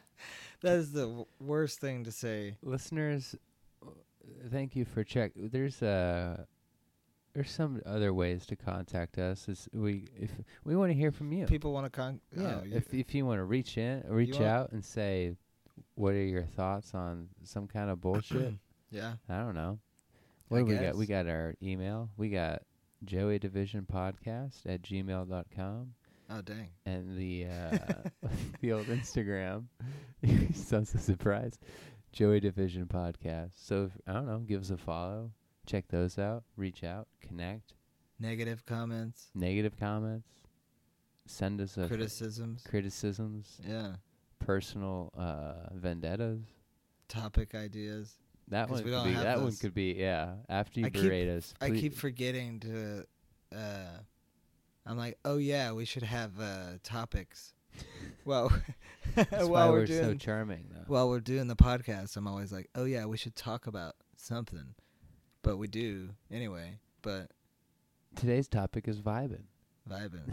[SPEAKER 3] is the w- worst thing to say.
[SPEAKER 2] Listeners, uh, thank you for check. There's uh, there's some other ways to contact us. Is we if we want to hear from you.
[SPEAKER 3] People want to con.
[SPEAKER 2] Yeah,
[SPEAKER 3] oh, you-
[SPEAKER 2] if if you want to reach in, reach
[SPEAKER 3] want-
[SPEAKER 2] out and say, what are your thoughts on some kind
[SPEAKER 3] *clears throat*
[SPEAKER 2] of bullshit?
[SPEAKER 3] yeah.
[SPEAKER 2] I don't know.
[SPEAKER 3] I
[SPEAKER 2] What do we got?
[SPEAKER 3] guess.
[SPEAKER 2] We got our email. We got Joey Division Podcast at gmail dot com
[SPEAKER 3] Oh dang.
[SPEAKER 2] and the uh, *laughs* the old Instagram. *laughs* Sounds a surprise. Joey Division Podcast. So if, I don't know. Give us a follow. Check those out. Reach out. Connect.
[SPEAKER 3] Negative comments,
[SPEAKER 2] Negative comments. Send us a
[SPEAKER 3] criticisms.
[SPEAKER 2] criticisms
[SPEAKER 3] Yeah.
[SPEAKER 2] personal uh, vendettas.
[SPEAKER 3] Topic ideas.
[SPEAKER 2] That
[SPEAKER 3] 'Cause
[SPEAKER 2] one
[SPEAKER 3] we
[SPEAKER 2] could
[SPEAKER 3] don't
[SPEAKER 2] be.
[SPEAKER 3] have
[SPEAKER 2] That one
[SPEAKER 3] those.
[SPEAKER 2] could be. Yeah. After you
[SPEAKER 3] I keep-
[SPEAKER 2] berate us,
[SPEAKER 3] I
[SPEAKER 2] please-
[SPEAKER 3] keep forgetting to. Uh, I'm like, oh yeah, we should have uh,
[SPEAKER 2] *laughs*
[SPEAKER 3] topics. well,
[SPEAKER 2] *laughs*
[SPEAKER 3] *laughs*
[SPEAKER 2] That's why
[SPEAKER 3] while
[SPEAKER 2] we're,
[SPEAKER 3] we're
[SPEAKER 2] so
[SPEAKER 3] doing
[SPEAKER 2] charming, though.
[SPEAKER 3] while we're doing the podcast, I'm always like, oh yeah, we should talk about something, but we do anyway. But
[SPEAKER 2] Today's topic is vibing.
[SPEAKER 3] vibing.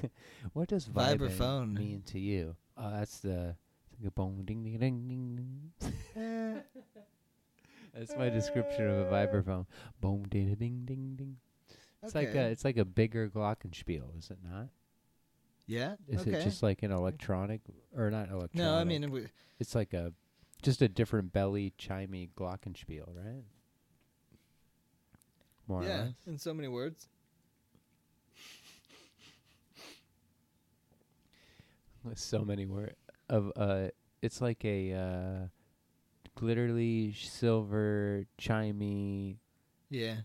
[SPEAKER 2] *laughs* what does
[SPEAKER 3] Vibraphone.
[SPEAKER 2] vibing mean to you? Oh, that's the. it's like a bong ding ding ding ding. ding.
[SPEAKER 3] *laughs* Eh,
[SPEAKER 2] That's my description
[SPEAKER 3] Ah.
[SPEAKER 2] of a vibraphone. Boom ding ding ding ding. It's like a
[SPEAKER 3] Okay.
[SPEAKER 2] it's like a bigger glockenspiel, is it not?
[SPEAKER 3] yeah.
[SPEAKER 2] Is
[SPEAKER 3] okay.
[SPEAKER 2] it just like an electronic or not electronic?
[SPEAKER 3] no, I mean, we,
[SPEAKER 2] it's like a just a different belly chimey glockenspiel, right? More or
[SPEAKER 3] yeah,
[SPEAKER 2] less. *laughs*
[SPEAKER 3] in so many words.
[SPEAKER 2] with so many words of uh it's like a uh glitterly sh- silver chimey
[SPEAKER 3] Yeah.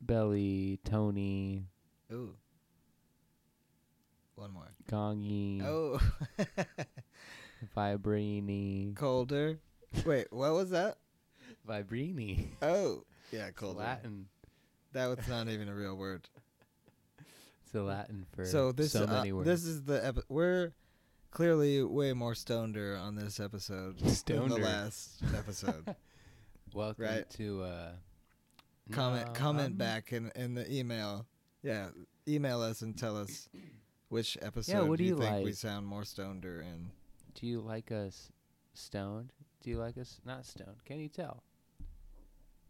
[SPEAKER 2] belly tony
[SPEAKER 3] Ooh. One more.
[SPEAKER 2] gongy
[SPEAKER 3] Oh, *laughs*
[SPEAKER 2] vibrini
[SPEAKER 3] colder. Wait, what was that?
[SPEAKER 2] vibrini
[SPEAKER 3] Oh, yeah,
[SPEAKER 2] it's
[SPEAKER 3] colder.
[SPEAKER 2] latin
[SPEAKER 3] That was not even a real word.
[SPEAKER 2] it's a latin for
[SPEAKER 3] so this
[SPEAKER 2] so
[SPEAKER 3] uh,
[SPEAKER 2] many words *laughs*
[SPEAKER 3] this is the epi- we're clearly way more stoneder on this episode than the
[SPEAKER 2] Stoneder.
[SPEAKER 3] last
[SPEAKER 2] *laughs*
[SPEAKER 3] episode.
[SPEAKER 2] welcome
[SPEAKER 3] right.
[SPEAKER 2] to uh
[SPEAKER 3] comment
[SPEAKER 2] no,
[SPEAKER 3] comment
[SPEAKER 2] I'm-
[SPEAKER 3] back in in the email. Yeah, email us and tell us which episode
[SPEAKER 2] what do
[SPEAKER 3] you,
[SPEAKER 2] you
[SPEAKER 3] think we
[SPEAKER 2] like?
[SPEAKER 3] sound more stoneder in.
[SPEAKER 2] do you like us stoned do you like us not stoned can you tell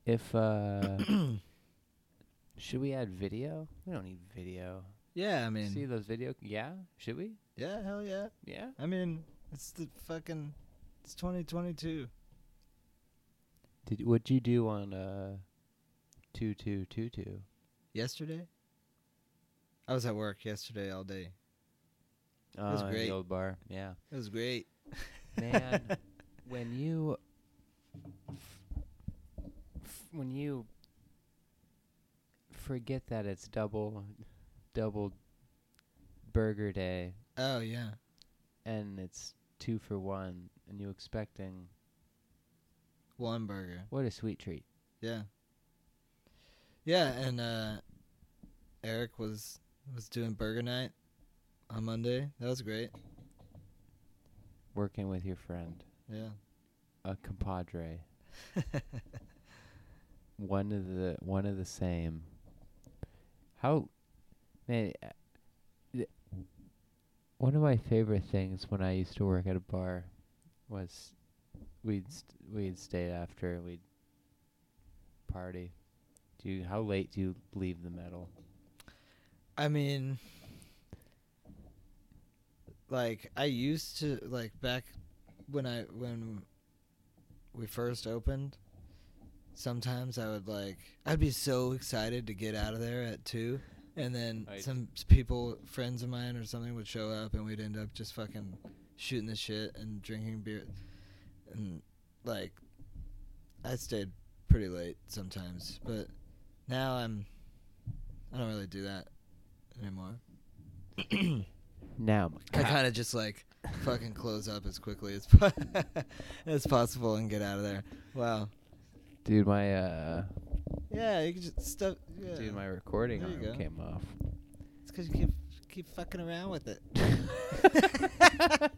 [SPEAKER 2] if uh
[SPEAKER 3] *coughs*
[SPEAKER 2] should we add video we don't need video
[SPEAKER 3] Yeah, I mean,
[SPEAKER 2] see those video yeah should we
[SPEAKER 3] yeah, hell yeah.
[SPEAKER 2] yeah
[SPEAKER 3] I mean, it's the fucking it's 2022.
[SPEAKER 2] did what'd you do on uh two two two two.
[SPEAKER 3] Yesterday? I was at work yesterday all day.
[SPEAKER 2] Oh,
[SPEAKER 3] was
[SPEAKER 2] in
[SPEAKER 3] great.
[SPEAKER 2] the old bar.
[SPEAKER 3] *laughs*
[SPEAKER 2] Yeah.
[SPEAKER 3] It was great.
[SPEAKER 2] Man, when you f- when you forget that it's double double burger day
[SPEAKER 3] oh yeah.
[SPEAKER 2] and it's two for one and you expecting
[SPEAKER 3] One burger.
[SPEAKER 2] what a sweet treat.
[SPEAKER 3] Yeah. Yeah, and uh Eric was was doing burger night on Monday. That was great.
[SPEAKER 2] Working with your friend,
[SPEAKER 3] Yeah.
[SPEAKER 2] a compadre, one of the one of the same. How man uh, th- one of my favorite things when I used to work at a bar was we'd st- we'd stay after and we'd party. Do you, how late do you leave the metal?
[SPEAKER 3] I mean like I used to like back when I when we first opened sometimes I would like I'd be so excited to get out of there at 2 and then
[SPEAKER 2] Right.
[SPEAKER 3] some s- people friends of mine or something would show up and we'd end up just fucking shooting the shit and drinking beer and like I stayed pretty late sometimes but now I'm I don't really do that *laughs* anymore.
[SPEAKER 2] Now
[SPEAKER 3] I kind of just like fucking close up as quickly as po- *laughs* as possible and get out of there. Wow.
[SPEAKER 2] dude, my uh,
[SPEAKER 3] Yeah, you can just stuff. Yeah.
[SPEAKER 2] dude, my recording
[SPEAKER 3] There you
[SPEAKER 2] arm
[SPEAKER 3] go.
[SPEAKER 2] came off.
[SPEAKER 3] it's because you keep keep fucking around with
[SPEAKER 2] *laughs*
[SPEAKER 3] it. *laughs* Oh,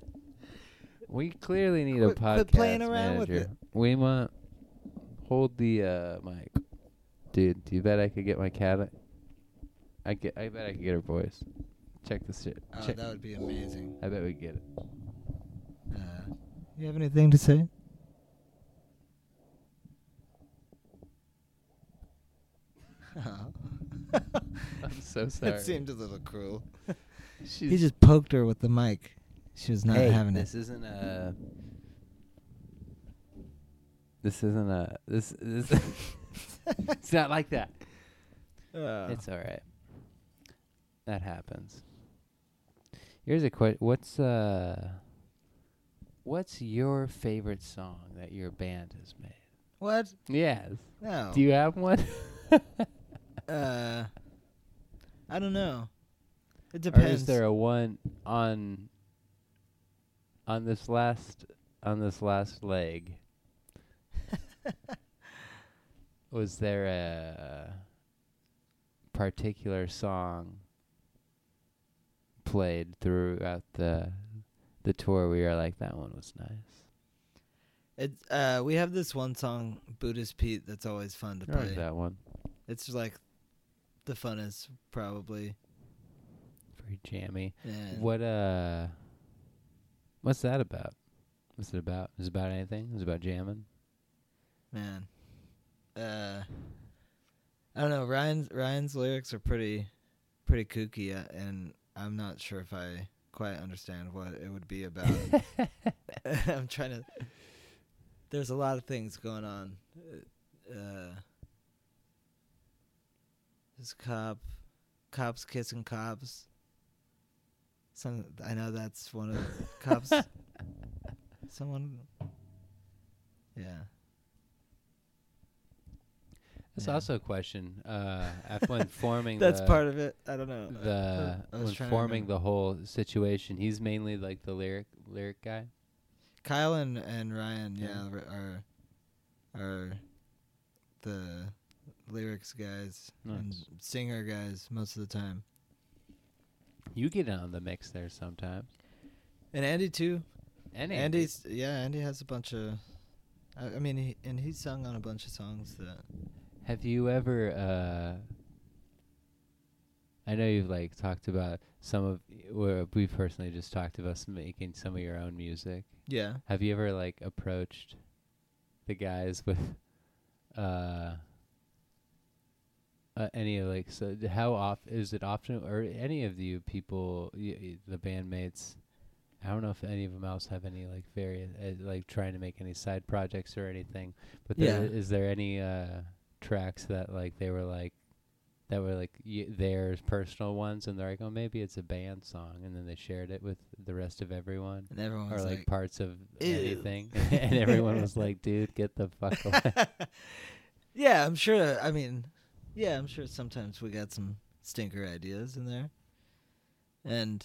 [SPEAKER 2] We clearly need a
[SPEAKER 3] Quit-
[SPEAKER 2] podcast
[SPEAKER 3] quit playing around with
[SPEAKER 2] manager. We want hold the uh, mic, dude. Do you bet I could get my cat? I get. I bet I could get her voice. Check this shit.
[SPEAKER 3] oh,
[SPEAKER 2] Check.
[SPEAKER 3] that would be amazing.
[SPEAKER 2] I bet we could get it. *laughs*
[SPEAKER 3] Uh, you have anything to say? *laughs* Oh.
[SPEAKER 2] I'm so sorry.
[SPEAKER 3] that seemed a little cruel.
[SPEAKER 2] She's
[SPEAKER 3] He just poked her with the mic. She was not
[SPEAKER 2] hey,
[SPEAKER 3] having it.
[SPEAKER 2] this is isn't a. This isn't a. This this. *laughs* it's not like that.
[SPEAKER 3] Uh.
[SPEAKER 2] It's all right. That happens. Here's a question. What's uh, what's your favorite song that your band has made?
[SPEAKER 3] what?
[SPEAKER 2] Yes.
[SPEAKER 3] No.
[SPEAKER 2] Do you have one? *laughs*
[SPEAKER 3] uh, I don't know. It
[SPEAKER 2] or
[SPEAKER 3] depends.
[SPEAKER 2] is there a one on on this last on this last
[SPEAKER 3] *laughs*
[SPEAKER 2] leg? was there a particular song played throughout the the tour where you're like that one was nice?
[SPEAKER 3] It, uh, we have this one song, Buddhist Pete, that's always fun to
[SPEAKER 2] I like
[SPEAKER 3] play.
[SPEAKER 2] that one.
[SPEAKER 3] It's like the funnest, probably.
[SPEAKER 2] Very jammy.
[SPEAKER 3] Yeah.
[SPEAKER 2] What uh what's that about? What's it about? Is it about anything? Is it about jamming?
[SPEAKER 3] man. Uh, I don't know. Ryan's Ryan's lyrics are pretty, pretty kooky, uh, and I'm not sure if I quite understand what it would be about. *laughs* I'm trying to. There's a lot of things going on. Uh, this cop, cops kissing cops. Some I know that's one of the cops. Someone. Yeah.
[SPEAKER 2] That's
[SPEAKER 3] Yeah.
[SPEAKER 2] also a question. Uh, after
[SPEAKER 3] *laughs*
[SPEAKER 2] when forming
[SPEAKER 3] That's
[SPEAKER 2] the,
[SPEAKER 3] part of it. I don't know.
[SPEAKER 2] the
[SPEAKER 3] I was
[SPEAKER 2] when
[SPEAKER 3] trying to
[SPEAKER 2] forming
[SPEAKER 3] remember.
[SPEAKER 2] the whole situation, he's mainly like the lyric lyric guy.
[SPEAKER 3] Kyle and, and Ryan, yeah,
[SPEAKER 2] Yeah.
[SPEAKER 3] r- are are the lyrics guys and
[SPEAKER 2] Nice.
[SPEAKER 3] singer guys most of the time.
[SPEAKER 2] You get in on the mix there sometimes.
[SPEAKER 3] And Andy too.
[SPEAKER 2] And Andy.
[SPEAKER 3] Andy's yeah, Andy has a bunch of I, I mean he and he's sung on a bunch of songs that
[SPEAKER 2] Have you ever? Uh, I know you've like talked about some of where we personally just talked about s- making some of your own music.
[SPEAKER 3] Yeah.
[SPEAKER 2] Have you ever like approached the guys with uh, uh any of like so d- how off is it often or any of you people y- y- the bandmates? I don't know if any of them else have any like various uh, like trying to make any side projects or anything. But there,
[SPEAKER 3] Yeah.
[SPEAKER 2] is there any uh tracks that like they were like that were like y- theirs personal ones, and they're like, oh, maybe it's a band song, and then they shared it with the rest of everyone.
[SPEAKER 3] And everyone
[SPEAKER 2] Or
[SPEAKER 3] was
[SPEAKER 2] like,
[SPEAKER 3] like,
[SPEAKER 2] parts of
[SPEAKER 3] "Ew."
[SPEAKER 2] *laughs* anything, and everyone was like, "Dude, get the *laughs* fuck away!"
[SPEAKER 3] *laughs* yeah, I'm sure. I mean, yeah, I'm sure sometimes we got some stinker ideas in there, and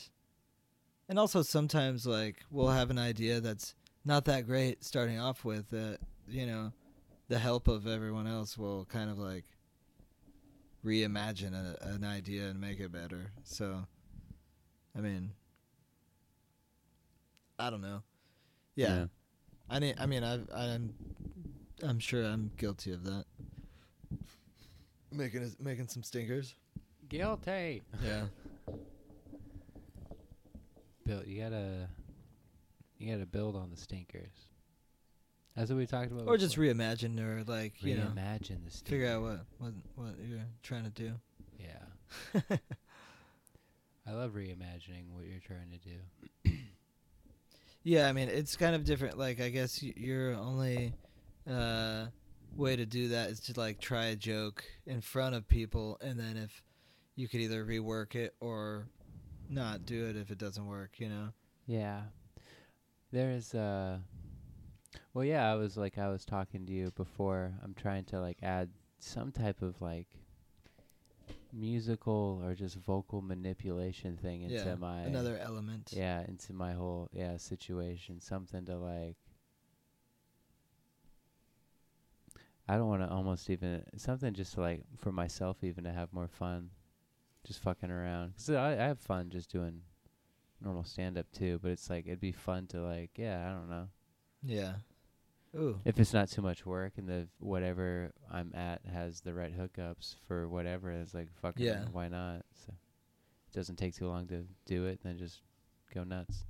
[SPEAKER 3] and also sometimes like we'll have an idea that's not that great starting off with that you know the help of everyone else will kind of like reimagine a, an idea and make it better. So, I mean, I don't know.
[SPEAKER 2] *laughs*
[SPEAKER 3] yeah. I need, I mean, I, I'm, I'm sure I'm guilty of that. Making his, making some stinkers.
[SPEAKER 2] guilty. *laughs*
[SPEAKER 3] Yeah.
[SPEAKER 2] Bill, you gotta, you gotta build on the stinkers. That's what we talked about.
[SPEAKER 3] or just
[SPEAKER 2] before.
[SPEAKER 3] reimagine or like you know
[SPEAKER 2] reimagine the stinkers.
[SPEAKER 3] figure out what what what you're trying to do. *laughs*
[SPEAKER 2] Yeah, I love reimagining what you're trying to do.
[SPEAKER 3] yeah, I mean it's kind of different. Like I guess y- your only uh, way to do that is to like try a joke in front of people, and then if you could either rework it or not do it if it doesn't work, you know.
[SPEAKER 2] Yeah. There is uh Well, yeah, I was like I was talking to you before. I'm trying to like add some type of like musical or just vocal manipulation thing into
[SPEAKER 3] yeah.
[SPEAKER 2] my
[SPEAKER 3] Another element.
[SPEAKER 2] yeah, into my whole yeah, situation, something to like I don't want to almost even something just to like for myself even to have more fun just fucking around. 'Cause I I have fun just doing normal stand up too, but it's like it'd be fun to like yeah, I don't know.
[SPEAKER 3] Yeah. Ooh.
[SPEAKER 2] If it's not too much work and the whatever I'm at has the right hookups for whatever, it's like fucking
[SPEAKER 3] Yeah.
[SPEAKER 2] why not? So it doesn't take too long to do it, then just go nuts.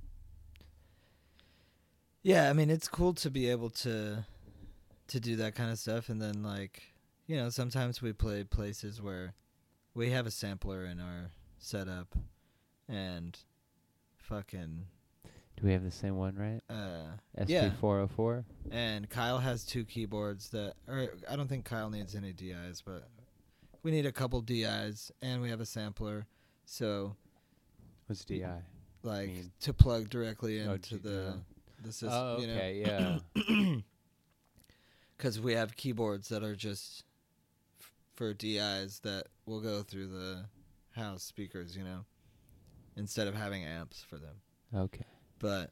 [SPEAKER 3] Yeah, I mean it's cool to be able to to do that kind of stuff and then like you know, sometimes we play places where we have a sampler in our setup and fucking
[SPEAKER 2] Do we have the same one, right?
[SPEAKER 3] uh yeah.
[SPEAKER 2] SP four oh four.
[SPEAKER 3] And Kyle has two keyboards that or I don't think Kyle needs any DIs, but we need a couple DIs and we have a sampler. So
[SPEAKER 2] What's DI?
[SPEAKER 3] like
[SPEAKER 2] Mean.
[SPEAKER 3] to plug directly
[SPEAKER 2] Oh,
[SPEAKER 3] into
[SPEAKER 2] G-
[SPEAKER 3] the
[SPEAKER 2] yeah.
[SPEAKER 3] the system,
[SPEAKER 2] oh,
[SPEAKER 3] you know.
[SPEAKER 2] okay,
[SPEAKER 3] *coughs*
[SPEAKER 2] yeah.
[SPEAKER 3] because we have keyboards that are just f- for DIs that will go through the house speakers, you know, instead of having amps for them.
[SPEAKER 2] Okay.
[SPEAKER 3] But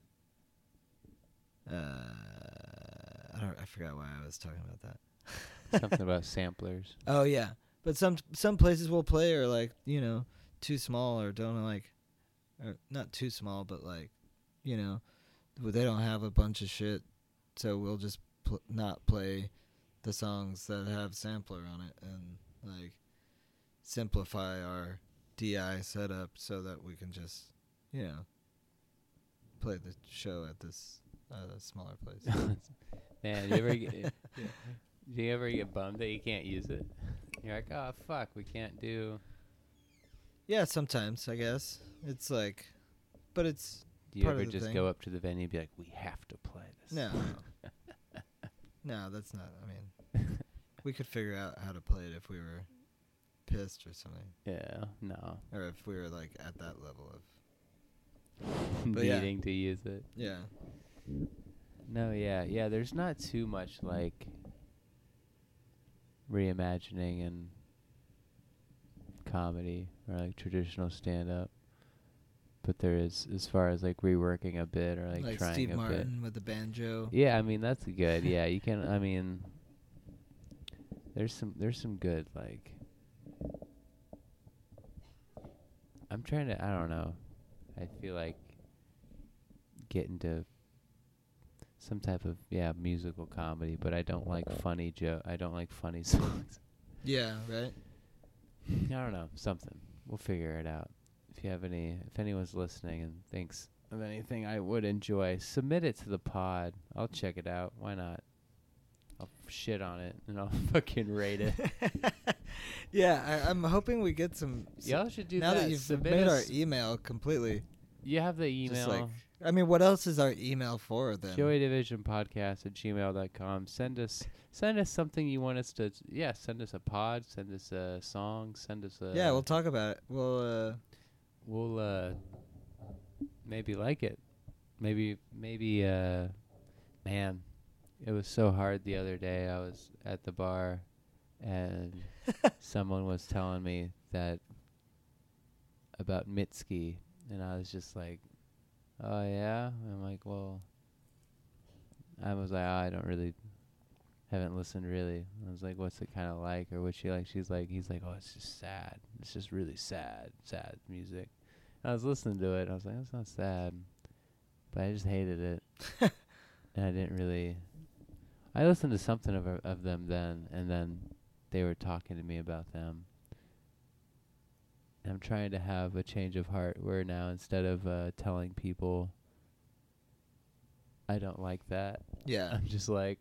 [SPEAKER 3] uh, I don't. I forgot why I was talking about that.
[SPEAKER 2] Something about
[SPEAKER 3] *laughs*
[SPEAKER 2] samplers.
[SPEAKER 3] Oh yeah, but some some places will play are like you know too small or don't like, or not too small, but like, you know, w- they don't have a bunch of shit, so we'll just pl- not play the songs that have sampler on it and like simplify our DI setup so that we can just you know play the show at this uh, smaller
[SPEAKER 2] *laughs*
[SPEAKER 3] place.
[SPEAKER 2] Man, you ever
[SPEAKER 3] *laughs*
[SPEAKER 2] get, do you ever get bummed that you can't use it? You're like, oh fuck, we can't do.
[SPEAKER 3] yeah, sometimes I guess it's like, but it's
[SPEAKER 2] Do you
[SPEAKER 3] Part of
[SPEAKER 2] ever
[SPEAKER 3] the
[SPEAKER 2] just
[SPEAKER 3] thing.
[SPEAKER 2] go up to the venue and be like, we have to play this?
[SPEAKER 3] No. *laughs* no, that's not. I mean, we could figure out how to play it if we were pissed or something,
[SPEAKER 2] Yeah. No.
[SPEAKER 3] or if we were like at that level of. But
[SPEAKER 2] *laughs*
[SPEAKER 3] yeah.
[SPEAKER 2] Needing to use it.
[SPEAKER 3] Yeah.
[SPEAKER 2] No, yeah, yeah. There's not too much like reimagining and comedy or like traditional stand up. But there is as far as like reworking a bit or like,
[SPEAKER 3] Like,
[SPEAKER 2] trying
[SPEAKER 3] Steve
[SPEAKER 2] a
[SPEAKER 3] Martin with the banjo.
[SPEAKER 2] bit. Yeah, I mean that's good. Yeah, you can I mean there's some there's some good like I'm trying to I don't know. I feel like get into some type of yeah, musical comedy, but I don't like funny joke. I don't like funny *laughs* songs.
[SPEAKER 3] Yeah,
[SPEAKER 2] *laughs*
[SPEAKER 3] right?
[SPEAKER 2] I don't know, something. We'll figure it out. If you have any if anyone's listening and thinks of anything I would enjoy, submit it to the pod. I'll check it out. Why not? I'll shit on it and I'll *laughs* fucking rate
[SPEAKER 3] *laughs*
[SPEAKER 2] it.
[SPEAKER 3] yeah, I, I'm hoping we get some. some-
[SPEAKER 2] Y'all should do
[SPEAKER 3] now
[SPEAKER 2] that.
[SPEAKER 3] that you've
[SPEAKER 2] submit
[SPEAKER 3] made our
[SPEAKER 2] us-
[SPEAKER 3] email completely.
[SPEAKER 2] you have the email.
[SPEAKER 3] Just like, I mean, what else is our email for then?
[SPEAKER 2] Joey Division Podcast at gmail.com. Send us send us something you want us to yeah, send us a pod, send us a song, send us a
[SPEAKER 3] yeah, we'll talk about it. We'll uh,
[SPEAKER 2] we'll uh maybe like it. Maybe maybe uh man, it was so hard the other day. I was at the bar and someone was telling me that about Mitski and I was just like Oh yeah? I'm like, well I was like, oh, I don't really haven't listened really. I was like, what's it kinda like or what's she like? She's like he's like, Oh, it's just sad. It's just really sad, sad music. And I was listening to it and I was like, That's not sad But I just hated it.
[SPEAKER 3] *laughs*
[SPEAKER 2] and I didn't really I listened to something of of them then and then they were talking to me about them. I'm trying to have a change of heart where now instead of uh, telling people I don't like that, *laughs*
[SPEAKER 3] yeah,
[SPEAKER 2] I'm just like,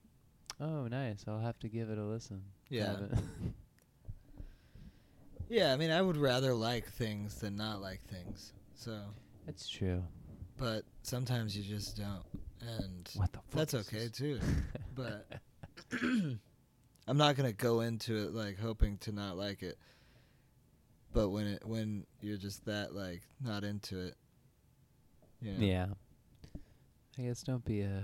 [SPEAKER 2] oh, nice. I'll have to give it a listen. I
[SPEAKER 3] Yeah.
[SPEAKER 2] *laughs* haven't-
[SPEAKER 3] yeah. I mean, I would rather like things than not like things. So,
[SPEAKER 2] That's true.
[SPEAKER 3] but sometimes you just don't, and
[SPEAKER 2] What the fuck?
[SPEAKER 3] that's
[SPEAKER 2] is
[SPEAKER 3] okay
[SPEAKER 2] this?
[SPEAKER 3] too.
[SPEAKER 2] *laughs*
[SPEAKER 3] But *clears throat* I'm not gonna go into it like hoping to not like it. But when it when you're just that like not into it, you know,
[SPEAKER 2] Yeah. I guess don't be uh, a.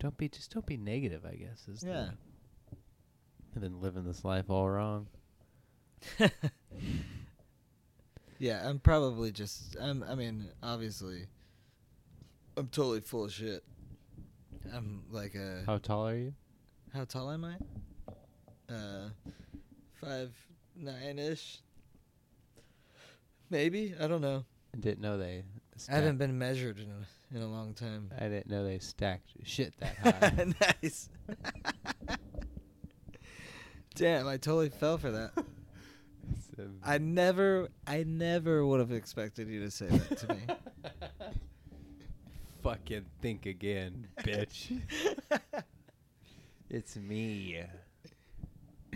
[SPEAKER 2] Don't be just don't be negative. I guess is the-
[SPEAKER 3] Yeah.
[SPEAKER 2] I've been living this life all wrong.
[SPEAKER 3] *laughs* Yeah, I'm probably just. I'm. I mean, obviously, I'm totally full of shit. I'm like a. How,
[SPEAKER 2] How tall are you?
[SPEAKER 3] tall am I? Uh, five nine ish. Maybe I don't know.
[SPEAKER 2] I didn't know they.
[SPEAKER 3] I haven't
[SPEAKER 2] stacked-
[SPEAKER 3] been measured in a, in a long time.
[SPEAKER 2] I didn't know they stacked shit
[SPEAKER 3] *laughs*
[SPEAKER 2] that high.
[SPEAKER 3] nice. Damn, I totally fell for that.
[SPEAKER 2] It's a-
[SPEAKER 3] I never, I never would have expected you to say that to me.
[SPEAKER 2] *laughs* Fucking think
[SPEAKER 3] *laughs*
[SPEAKER 2] again, bitch. it's me.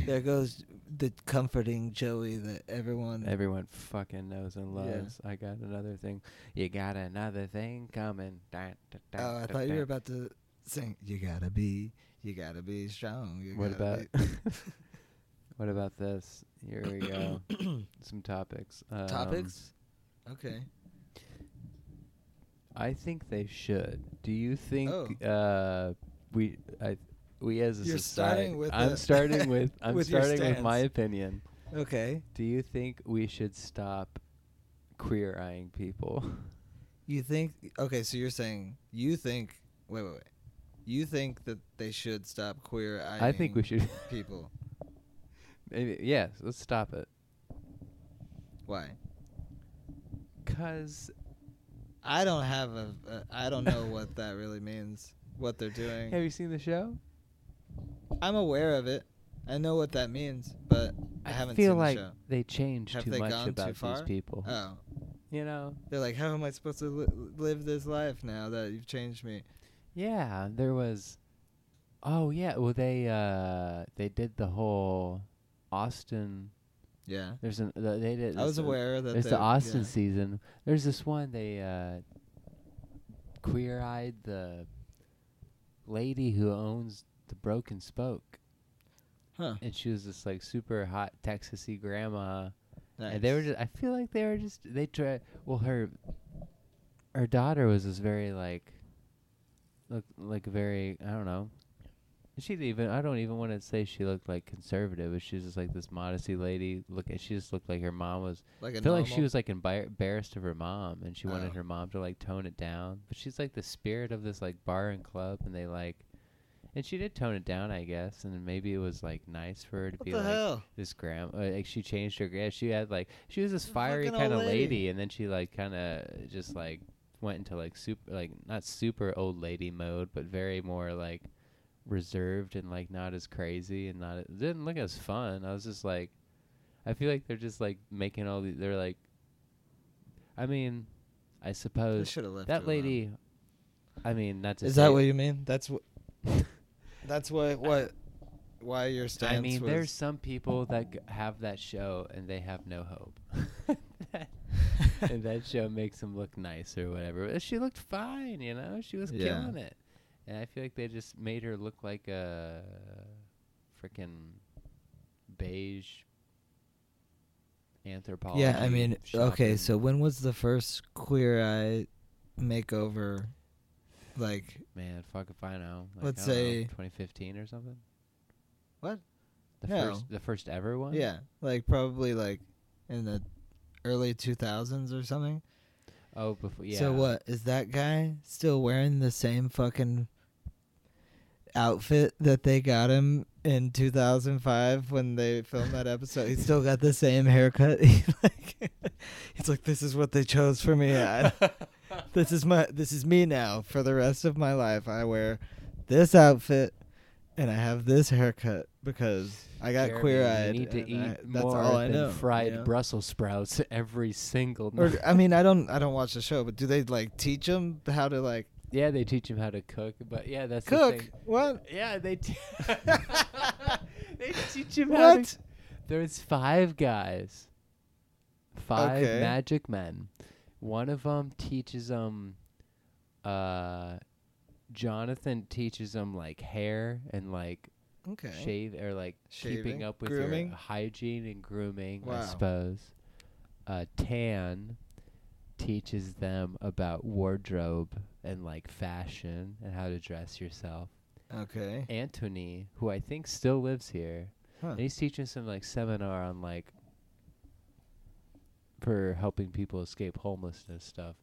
[SPEAKER 3] There goes the comforting Joey that everyone.
[SPEAKER 2] Everyone fucking knows and
[SPEAKER 3] Yeah.
[SPEAKER 2] loves. I got another thing. You got another thing coming. Da, da, da,
[SPEAKER 3] oh, I
[SPEAKER 2] da,
[SPEAKER 3] thought you
[SPEAKER 2] da.
[SPEAKER 3] were about to sing. You gotta be, you gotta be strong. You
[SPEAKER 2] What about? *laughs*
[SPEAKER 3] gotta
[SPEAKER 2] what about this? Here we
[SPEAKER 3] *coughs*
[SPEAKER 2] go. Some topics. Um,
[SPEAKER 3] be. topics? Okay.
[SPEAKER 2] Um, I think they should. Do you think
[SPEAKER 3] Oh.
[SPEAKER 2] uh, we I we as a
[SPEAKER 3] You're
[SPEAKER 2] society?
[SPEAKER 3] starting with
[SPEAKER 2] I'm
[SPEAKER 3] a- *laughs*
[SPEAKER 2] starting with I'm
[SPEAKER 3] with your
[SPEAKER 2] starting with my
[SPEAKER 3] stance.
[SPEAKER 2] opinion.
[SPEAKER 3] Okay.
[SPEAKER 2] Do you think we should stop queer eyeing people?
[SPEAKER 3] You think? Okay, so you're saying you think? Wait, wait, wait. You think that they should stop queer eyeing?
[SPEAKER 2] I think we should.
[SPEAKER 3] People,
[SPEAKER 2] *laughs* Maybe yes. Let's stop it.
[SPEAKER 3] why?
[SPEAKER 2] Cause
[SPEAKER 3] I don't have a. a I
[SPEAKER 2] *laughs*
[SPEAKER 3] don't know what that really means. What they're doing.
[SPEAKER 2] have you seen the show?
[SPEAKER 3] I'm aware of it. I know what that means, but I, haven't
[SPEAKER 2] feel
[SPEAKER 3] seen
[SPEAKER 2] like
[SPEAKER 3] the show.
[SPEAKER 2] they changed
[SPEAKER 3] Have
[SPEAKER 2] too
[SPEAKER 3] they
[SPEAKER 2] much
[SPEAKER 3] gone too
[SPEAKER 2] about these
[SPEAKER 3] far?
[SPEAKER 2] people.
[SPEAKER 3] Oh,
[SPEAKER 2] you know.
[SPEAKER 3] they're like, how am I supposed to li- live this life now that you've changed me?
[SPEAKER 2] Yeah, there was. Oh yeah, well they uh they did the whole Austin.
[SPEAKER 3] Yeah,
[SPEAKER 2] There's an th- they did.
[SPEAKER 3] I was
[SPEAKER 2] this-
[SPEAKER 3] aware that
[SPEAKER 2] There's
[SPEAKER 3] they-
[SPEAKER 2] the Austin
[SPEAKER 3] yeah.
[SPEAKER 2] season. There's this one they uh queer eyed the lady who owns the Broken Spoke,
[SPEAKER 3] Huh.
[SPEAKER 2] and she was this like super hot Texasy grandma.
[SPEAKER 3] Nice.
[SPEAKER 2] And they were just, I feel like they were just, they try, well, her, her daughter was this very, like, look, like very, I don't know. She didn't even, I don't even want to say she looked like conservative, but she was just like this modesty lady. Look, and she just looked like her mom was,
[SPEAKER 3] like a
[SPEAKER 2] I feel like she
[SPEAKER 3] normal-
[SPEAKER 2] was like embar- embarrassed of her mom and she wanted
[SPEAKER 3] Oh.
[SPEAKER 2] her mom to like tone it down. But she's like the spirit of this like bar and club and they like, and she did tone it down, I guess. And maybe it was like nice for her to
[SPEAKER 3] What
[SPEAKER 2] be
[SPEAKER 3] the
[SPEAKER 2] like,
[SPEAKER 3] hell?
[SPEAKER 2] this grandma uh, like she changed her gra she had like she was this
[SPEAKER 3] Fucking
[SPEAKER 2] fiery
[SPEAKER 3] old
[SPEAKER 2] kind of
[SPEAKER 3] lady.
[SPEAKER 2] lady and then she like kind of just like went into like super like not super old lady mode but very more like reserved and like not as crazy and not it didn't look as fun i was just like i feel like they're just like making all the they're like i mean i
[SPEAKER 3] They
[SPEAKER 2] suppose
[SPEAKER 3] should have left her
[SPEAKER 2] "Oh, that
[SPEAKER 3] alone.
[SPEAKER 2] lady i mean not to
[SPEAKER 3] Is
[SPEAKER 2] say
[SPEAKER 3] that what you mean? That's what.
[SPEAKER 2] *laughs*
[SPEAKER 3] that's what. What? Why your stance?
[SPEAKER 2] I mean,
[SPEAKER 3] was,
[SPEAKER 2] there's some people that g- have that show and they have no hope. *laughs* and that show makes him look nice or whatever. But she looked fine, you know. She was
[SPEAKER 3] Yeah.
[SPEAKER 2] killing it, and I feel like they just made her look like a freaking beige anthropology.
[SPEAKER 3] yeah, I mean, okay.
[SPEAKER 2] shopping.
[SPEAKER 3] So when was the first queer eye makeover? Like,
[SPEAKER 2] man, fuck if I know. Like,
[SPEAKER 3] Let's
[SPEAKER 2] I don't know,
[SPEAKER 3] say-
[SPEAKER 2] 2015 or something.
[SPEAKER 3] What?
[SPEAKER 2] The
[SPEAKER 3] No.
[SPEAKER 2] first, the first ever one.
[SPEAKER 3] yeah, like probably like in the early two thousands or something.
[SPEAKER 2] Oh, before yeah.
[SPEAKER 3] So what is that guy still wearing the same fucking outfit that they got him in 2005 when they filmed that episode? He's still got the same haircut. *laughs* He, like, he's like, this is what they chose for
[SPEAKER 2] *laughs*
[SPEAKER 3] me. I, this is my this is me now for the rest of my life. I wear this outfit and I have this haircut because I got
[SPEAKER 2] Jeremy,
[SPEAKER 3] queer eyed.
[SPEAKER 2] You need to eat
[SPEAKER 3] that's
[SPEAKER 2] more
[SPEAKER 3] all I
[SPEAKER 2] than
[SPEAKER 3] know, you
[SPEAKER 2] fried
[SPEAKER 3] know?
[SPEAKER 2] Brussels sprouts *laughs* every single *laughs*
[SPEAKER 3] Or
[SPEAKER 2] night.
[SPEAKER 3] I mean, I don't, I don't watch the show, but do they like teach them how to like
[SPEAKER 2] yeah, they teach him how to cook, but yeah, that's The
[SPEAKER 3] cook?
[SPEAKER 2] thing.
[SPEAKER 3] What?
[SPEAKER 2] Yeah, they
[SPEAKER 3] *laughs*
[SPEAKER 2] te- *laughs* they teach him how to.
[SPEAKER 3] What?
[SPEAKER 2] There's five guys, five
[SPEAKER 3] Okay.
[SPEAKER 2] magic men. One of them teaches them. Uh, Jonathan teaches them like hair and like
[SPEAKER 3] Okay.
[SPEAKER 2] shave or like
[SPEAKER 3] Shaving,
[SPEAKER 2] keeping up with
[SPEAKER 3] grooming.
[SPEAKER 2] your hygiene and grooming,
[SPEAKER 3] Wow.
[SPEAKER 2] I suppose. Uh, Tan teaches them about wardrobe and like fashion and how to dress yourself.
[SPEAKER 3] Okay.
[SPEAKER 2] Anthony, who I think still lives here,
[SPEAKER 3] Huh.
[SPEAKER 2] and he's teaching some like seminar on like for helping people escape homelessness stuff.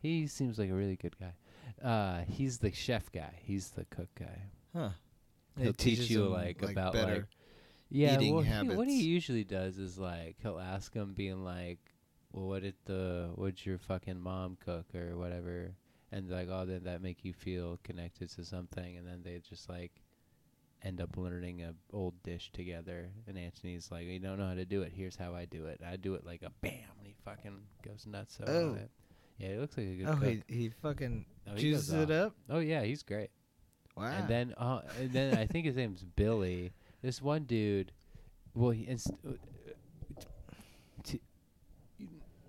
[SPEAKER 2] He seems like a really good guy. Uh, he's the chef guy. He's the cook guy.
[SPEAKER 3] Huh.
[SPEAKER 2] He'll
[SPEAKER 3] It
[SPEAKER 2] teach
[SPEAKER 3] teaches
[SPEAKER 2] you,
[SPEAKER 3] 'em,
[SPEAKER 2] like, about,
[SPEAKER 3] better.
[SPEAKER 2] like, Yeah,
[SPEAKER 3] eating
[SPEAKER 2] well, he- what
[SPEAKER 3] habits.
[SPEAKER 2] he usually does is like he'll ask him, being like, "Well, what did the what'd your fucking mom cook or whatever?" And they're like, "Oh, did that make you feel connected to something?" And then they just like end up learning a old dish together. And Anthony's like, "You don't know how to do it. Here's how I do it. I do it like a bam." And he fucking goes nuts over
[SPEAKER 3] Oh.
[SPEAKER 2] it. Yeah, he looks like a good
[SPEAKER 3] oh,
[SPEAKER 2] cook.
[SPEAKER 3] he he fucking
[SPEAKER 2] Oh, he goes
[SPEAKER 3] juices it up.
[SPEAKER 2] Oh yeah, he's great.
[SPEAKER 3] Wow.
[SPEAKER 2] And then, uh, and then I think his name's Billy. This one dude, well, he, inst- uh, t-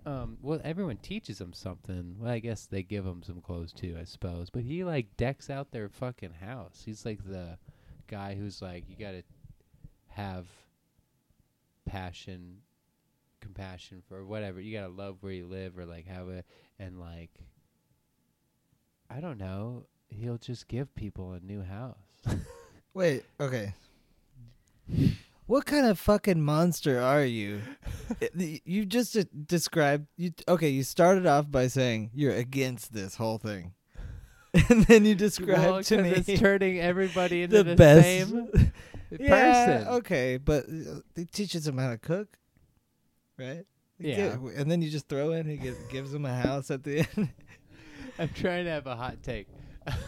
[SPEAKER 2] um, well, everyone teaches him something. Well, I guess they give him some clothes too, I suppose. But he like decks out their fucking house. He's like the guy who's like, you gotta have passion, compassion for whatever. You gotta love where you live, or like have a and like, I don't know. He'll just give people a new
[SPEAKER 3] *laughs*
[SPEAKER 2] house.
[SPEAKER 3] Wait. Okay. What kind of fucking monster are you? I- y- you just uh, described you. Okay, you started off by saying you're against this whole thing, *laughs* and then you described
[SPEAKER 2] Well,
[SPEAKER 3] to
[SPEAKER 2] 'cause
[SPEAKER 3] *laughs* me
[SPEAKER 2] it's turning
[SPEAKER 3] *laughs*
[SPEAKER 2] everybody into
[SPEAKER 3] the,
[SPEAKER 2] the,
[SPEAKER 3] best
[SPEAKER 2] same person.
[SPEAKER 3] Yeah, okay, but uh, it teaches him how to cook, right? It
[SPEAKER 2] Yeah.
[SPEAKER 3] gi- and then you just throw in he gives, gives him a house at the *laughs* end.
[SPEAKER 2] I'm trying to have a hot take. *laughs*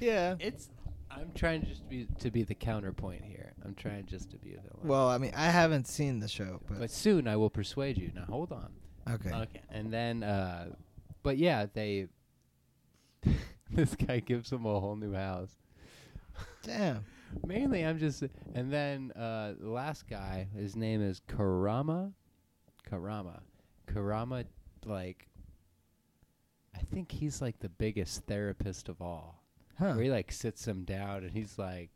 [SPEAKER 3] yeah.
[SPEAKER 2] it's I'm trying just to be to be the counterpoint here. I'm trying just to be a villain.
[SPEAKER 3] Well, I mean, I haven't seen the show,
[SPEAKER 2] but
[SPEAKER 3] but,
[SPEAKER 2] soon I will persuade you. Now hold on.
[SPEAKER 3] okay.
[SPEAKER 2] Okay. And then, uh, but yeah, they. *laughs* this guy gives them a whole new house.
[SPEAKER 3] Damn.
[SPEAKER 2] Mainly, I'm just. And then uh, the last guy, his name is Karama. Karama. Karama, like. I think he's like the biggest therapist of all.
[SPEAKER 3] Huh.
[SPEAKER 2] Where he like sits him down and he's like,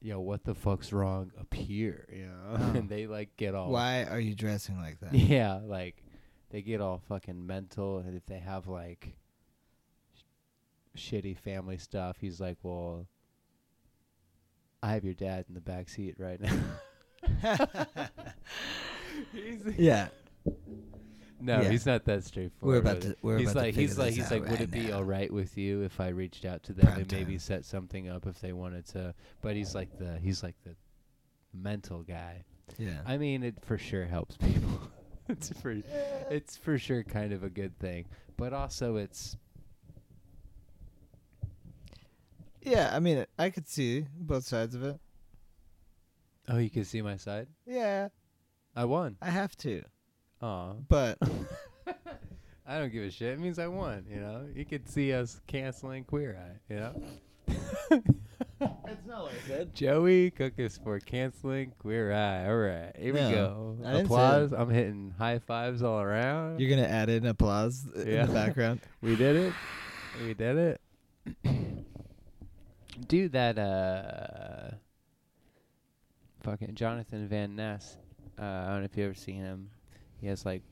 [SPEAKER 2] "Yo, what the fuck's wrong up here?" You know, *laughs*
[SPEAKER 3] Oh.
[SPEAKER 2] and they like get all
[SPEAKER 3] Why are you dressing like that?
[SPEAKER 2] yeah, like they get all fucking mental, and if they have like sh- shitty family stuff, he's like, "Well, I have your dad in the back seat right now." *laughs* He's-
[SPEAKER 3] *laughs* Yeah.
[SPEAKER 2] no,
[SPEAKER 3] Yeah.
[SPEAKER 2] he's not that straightforward.
[SPEAKER 3] about
[SPEAKER 2] with
[SPEAKER 3] to-
[SPEAKER 2] it.
[SPEAKER 3] we're
[SPEAKER 2] he's
[SPEAKER 3] about to
[SPEAKER 2] like, he's
[SPEAKER 3] figure
[SPEAKER 2] like, he's
[SPEAKER 3] this out
[SPEAKER 2] like, would
[SPEAKER 3] right
[SPEAKER 2] it be
[SPEAKER 3] now."
[SPEAKER 2] all right with you if I reached out to them
[SPEAKER 3] Prime
[SPEAKER 2] and
[SPEAKER 3] time.
[SPEAKER 2] maybe set something up if they wanted to? But he's like the he's like the mental guy.
[SPEAKER 3] Yeah.
[SPEAKER 2] I mean, it for sure helps people. *laughs* it's for it's for sure kind of a good thing, but also it's
[SPEAKER 3] yeah, I mean, I could see both sides of it.
[SPEAKER 2] oh, you can see my side.
[SPEAKER 3] Yeah,
[SPEAKER 2] I won.
[SPEAKER 3] I have to.
[SPEAKER 2] Aw, *laughs*
[SPEAKER 3] But
[SPEAKER 2] I don't give a shit. It means I won. You know, you could see us canceling Queer Eye. You know,
[SPEAKER 3] *laughs* That's not what I said.
[SPEAKER 2] Joey Cook is for canceling queer eye. All right, here
[SPEAKER 3] No,
[SPEAKER 2] we go.
[SPEAKER 3] I didn't say
[SPEAKER 2] Applause. I'm hitting high fives all around.
[SPEAKER 3] You're gonna add in applause uh,
[SPEAKER 2] Yeah.
[SPEAKER 3] in
[SPEAKER 2] *laughs*
[SPEAKER 3] the background.
[SPEAKER 2] we did it. We did it. *clears throat* Dude, that uh, fucking Jonathan Van Ness. Uh, I don't know if you ever seen him. He has like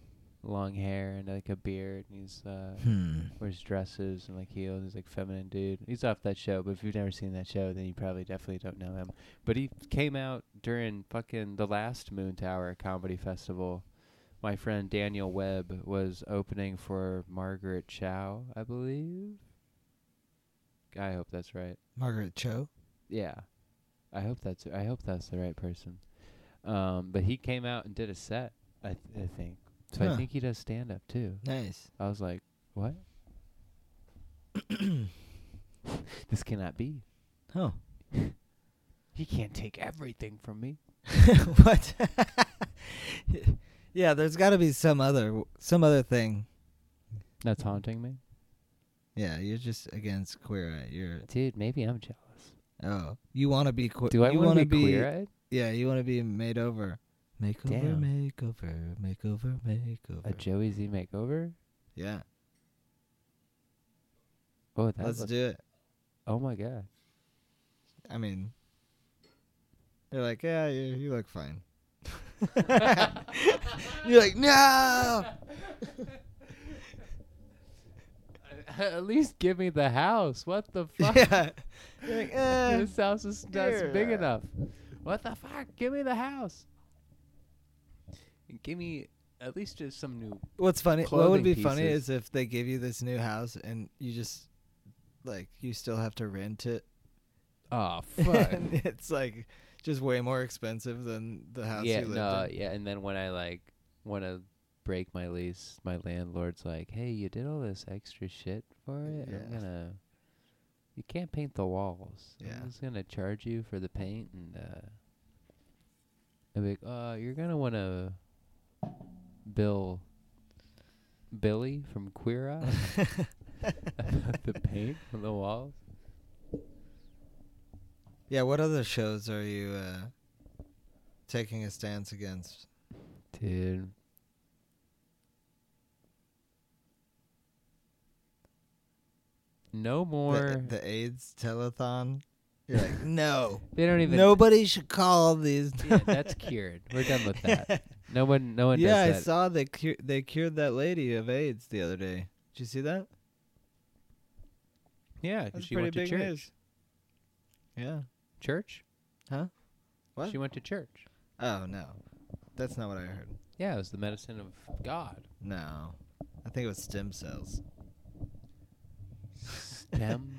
[SPEAKER 2] long hair and like a beard, and he's uh,
[SPEAKER 3] hmm.
[SPEAKER 2] wears dresses and like heels. He's like feminine dude. He's off that show, but if you've never seen that show, then you probably definitely don't know him. But he came out during fucking the last Moon Tower Comedy Festival. My friend Daniel Webb was opening for Margaret Chow, I believe. I hope that's right.
[SPEAKER 3] Margaret Cho.
[SPEAKER 2] Yeah. I hope that's I hope that's the right person. Um, but he came out and did a set, I, th- I think. So
[SPEAKER 3] Huh.
[SPEAKER 2] I think he does stand up too.
[SPEAKER 3] Nice.
[SPEAKER 2] I was like, what? *coughs* this cannot be.
[SPEAKER 3] Oh.
[SPEAKER 2] He can't take everything from me.
[SPEAKER 3] *laughs* what? yeah, there's got to be some other some other thing.
[SPEAKER 2] That's haunting me.
[SPEAKER 3] Yeah, you're just against queer eye. You're
[SPEAKER 2] Dude, maybe I'm jealous.
[SPEAKER 3] oh, you want to be queer.
[SPEAKER 2] Do I
[SPEAKER 3] you
[SPEAKER 2] want to
[SPEAKER 3] wanna
[SPEAKER 2] be queer eyed?
[SPEAKER 3] Yeah, you want to be made over. Makeover,
[SPEAKER 2] Damn.
[SPEAKER 3] makeover, makeover, makeover.
[SPEAKER 2] A Joey Z makeover?
[SPEAKER 3] yeah,
[SPEAKER 2] Oh, that
[SPEAKER 3] let's
[SPEAKER 2] look-
[SPEAKER 3] do it.
[SPEAKER 2] Oh my
[SPEAKER 3] *laughs*
[SPEAKER 2] god.
[SPEAKER 3] I mean, they're like, yeah, you, you
[SPEAKER 2] *laughs*
[SPEAKER 3] look fine. *laughs* You're like, no.
[SPEAKER 2] *laughs* At least give me the house. What
[SPEAKER 3] *laughs*
[SPEAKER 2] the fuck?
[SPEAKER 3] Yeah. You're like,
[SPEAKER 2] *laughs*
[SPEAKER 3] eh.
[SPEAKER 2] this house is not s- big
[SPEAKER 3] Yeah.
[SPEAKER 2] enough. What the fuck? Give me the house. And Give me at least just some new.
[SPEAKER 3] What's funny? What would
[SPEAKER 2] Clothing
[SPEAKER 3] be funny
[SPEAKER 2] pieces.
[SPEAKER 3] is if they give you this new house and you just like you still have to
[SPEAKER 2] *laughs*
[SPEAKER 3] rent it.
[SPEAKER 2] Oh fuck.
[SPEAKER 3] And *laughs* it's like just way more expensive than the house
[SPEAKER 2] yeah,
[SPEAKER 3] you lived
[SPEAKER 2] no,
[SPEAKER 3] in.
[SPEAKER 2] yeah. And then when I like want to break my lease, my landlord's like, "Hey, you did all this extra shit for it. I'm
[SPEAKER 3] Yeah.
[SPEAKER 2] gonna. You can't paint the walls.
[SPEAKER 3] Yeah.
[SPEAKER 2] I'm just gonna charge you for the paint and." uh I'd be like, "Uh, you're gonna want to bill Billy from Queer Eye *laughs* about the paint on the walls."
[SPEAKER 3] *laughs* Yeah, what other shows are you uh, taking a stance against?
[SPEAKER 2] Dude. No more.
[SPEAKER 3] The, the AIDS telethon? You're
[SPEAKER 2] *laughs*
[SPEAKER 3] like, no.
[SPEAKER 2] they don't even.
[SPEAKER 3] Nobody should call these.
[SPEAKER 2] *laughs* Yeah,
[SPEAKER 3] *laughs*
[SPEAKER 2] that's cured. We're done with that. No one. No one
[SPEAKER 3] yeah, I
[SPEAKER 2] does that.
[SPEAKER 3] saw they cu- they cured that lady of AIDS the other day. Did you see that?
[SPEAKER 2] yeah, 'cause
[SPEAKER 3] That's
[SPEAKER 2] she
[SPEAKER 3] pretty
[SPEAKER 2] went to
[SPEAKER 3] big
[SPEAKER 2] church.
[SPEAKER 3] news. Yeah.
[SPEAKER 2] Church.
[SPEAKER 3] Huh? What?
[SPEAKER 2] She went to church.
[SPEAKER 3] Oh no, that's not what I heard.
[SPEAKER 2] Yeah, it was the medicine of God.
[SPEAKER 3] No, I think it was stem cells.
[SPEAKER 2] Stem.
[SPEAKER 3] *laughs*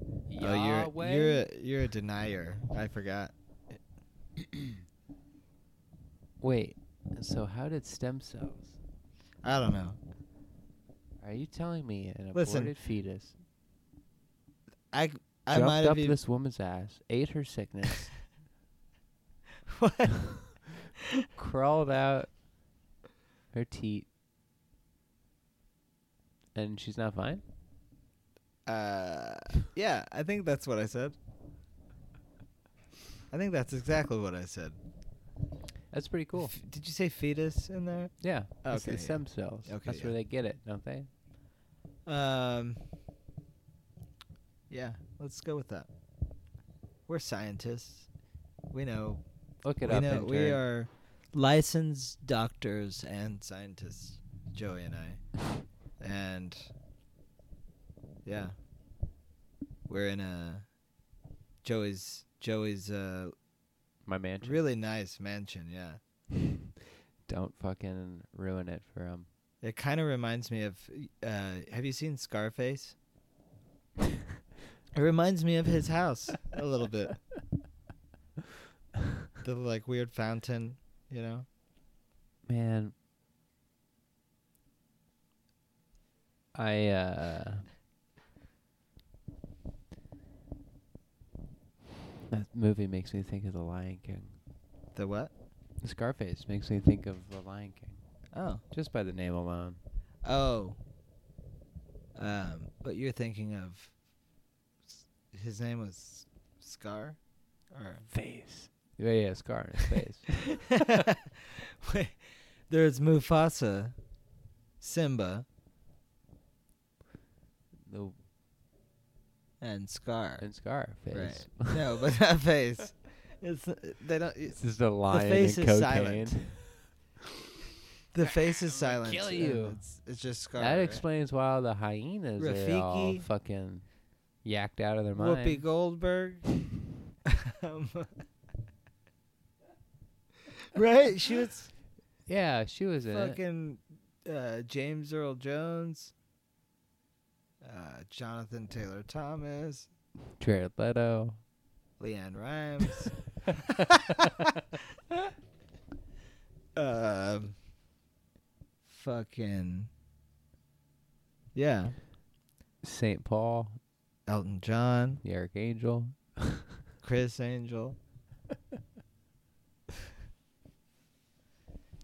[SPEAKER 3] Oh,
[SPEAKER 2] Yahweh.
[SPEAKER 3] you're you're a, you're a denier. I forgot.
[SPEAKER 2] Wait. So how did stem cells?
[SPEAKER 3] I don't know.
[SPEAKER 2] Are you telling me an
[SPEAKER 3] Listen,
[SPEAKER 2] aborted fetus
[SPEAKER 3] I I might
[SPEAKER 2] jumped up
[SPEAKER 3] have even
[SPEAKER 2] this woman's ass, ate her sickness,
[SPEAKER 3] *laughs* what?
[SPEAKER 2] *laughs* crawled out her teat and she's not fine
[SPEAKER 3] Uh, yeah, I think that's what I said. I think that's exactly what I said.
[SPEAKER 2] that's pretty cool
[SPEAKER 3] F- did you say fetus in there?
[SPEAKER 2] yeah that's
[SPEAKER 3] Okay,
[SPEAKER 2] the
[SPEAKER 3] yeah.
[SPEAKER 2] stem cells
[SPEAKER 3] Okay,
[SPEAKER 2] that's
[SPEAKER 3] yeah.
[SPEAKER 2] where they get it don't they
[SPEAKER 3] Um. Yeah, let's go with that. We're scientists. We know.
[SPEAKER 2] look it
[SPEAKER 3] we
[SPEAKER 2] up
[SPEAKER 3] know.
[SPEAKER 2] intern.
[SPEAKER 3] We are licensed doctors and scientists, Joey and I. and yeah, we're in a Joey's Joey's uh,
[SPEAKER 2] my mansion
[SPEAKER 3] really nice mansion. Yeah,
[SPEAKER 2] don't fucking ruin it for him
[SPEAKER 3] it kind of reminds me of. Uh, have you seen Scarface? It reminds me of his house a
[SPEAKER 2] *laughs*
[SPEAKER 3] little bit. the like weird fountain, you know.
[SPEAKER 2] man i uh that movie makes me think of the lion king
[SPEAKER 3] The what?
[SPEAKER 2] Scarface makes me think of The Lion King,
[SPEAKER 3] Oh.
[SPEAKER 2] just by the name alone.
[SPEAKER 3] Oh. Um, but you're thinking of his name was Scar?
[SPEAKER 2] *laughs*
[SPEAKER 3] Or *laughs*
[SPEAKER 2] Face. Yeah, yeah, scar in his face. *laughs*
[SPEAKER 3] Wait, there's Mufasa, Simba,
[SPEAKER 2] The
[SPEAKER 3] and Scar.
[SPEAKER 2] and scar face. *laughs*
[SPEAKER 3] Right. No, but that face. It's they don't.
[SPEAKER 2] It's just a lion
[SPEAKER 3] face
[SPEAKER 2] and
[SPEAKER 3] is
[SPEAKER 2] cocaine.
[SPEAKER 3] silent. the face is
[SPEAKER 2] I'm gonna
[SPEAKER 3] silent.
[SPEAKER 2] kill
[SPEAKER 3] and
[SPEAKER 2] you.
[SPEAKER 3] It's, it's just Scar.
[SPEAKER 2] That
[SPEAKER 3] right?
[SPEAKER 2] explains why the hyenas are all
[SPEAKER 3] Rafiki.
[SPEAKER 2] fucking yacked out of their mind.
[SPEAKER 3] Whoopi
[SPEAKER 2] *laughs*
[SPEAKER 3] Goldberg. *laughs* Um, *laughs* right? She was
[SPEAKER 2] Yeah, she was in it.
[SPEAKER 3] fucking uh, James Earl Jones, uh, Jonathan Taylor Thomas,
[SPEAKER 2] Jared Leto.
[SPEAKER 3] Leanne Rhymes. um, fucking. Yeah.
[SPEAKER 2] St. Paul,
[SPEAKER 3] Elton John,
[SPEAKER 2] the Archangel.
[SPEAKER 3] Chris Angel.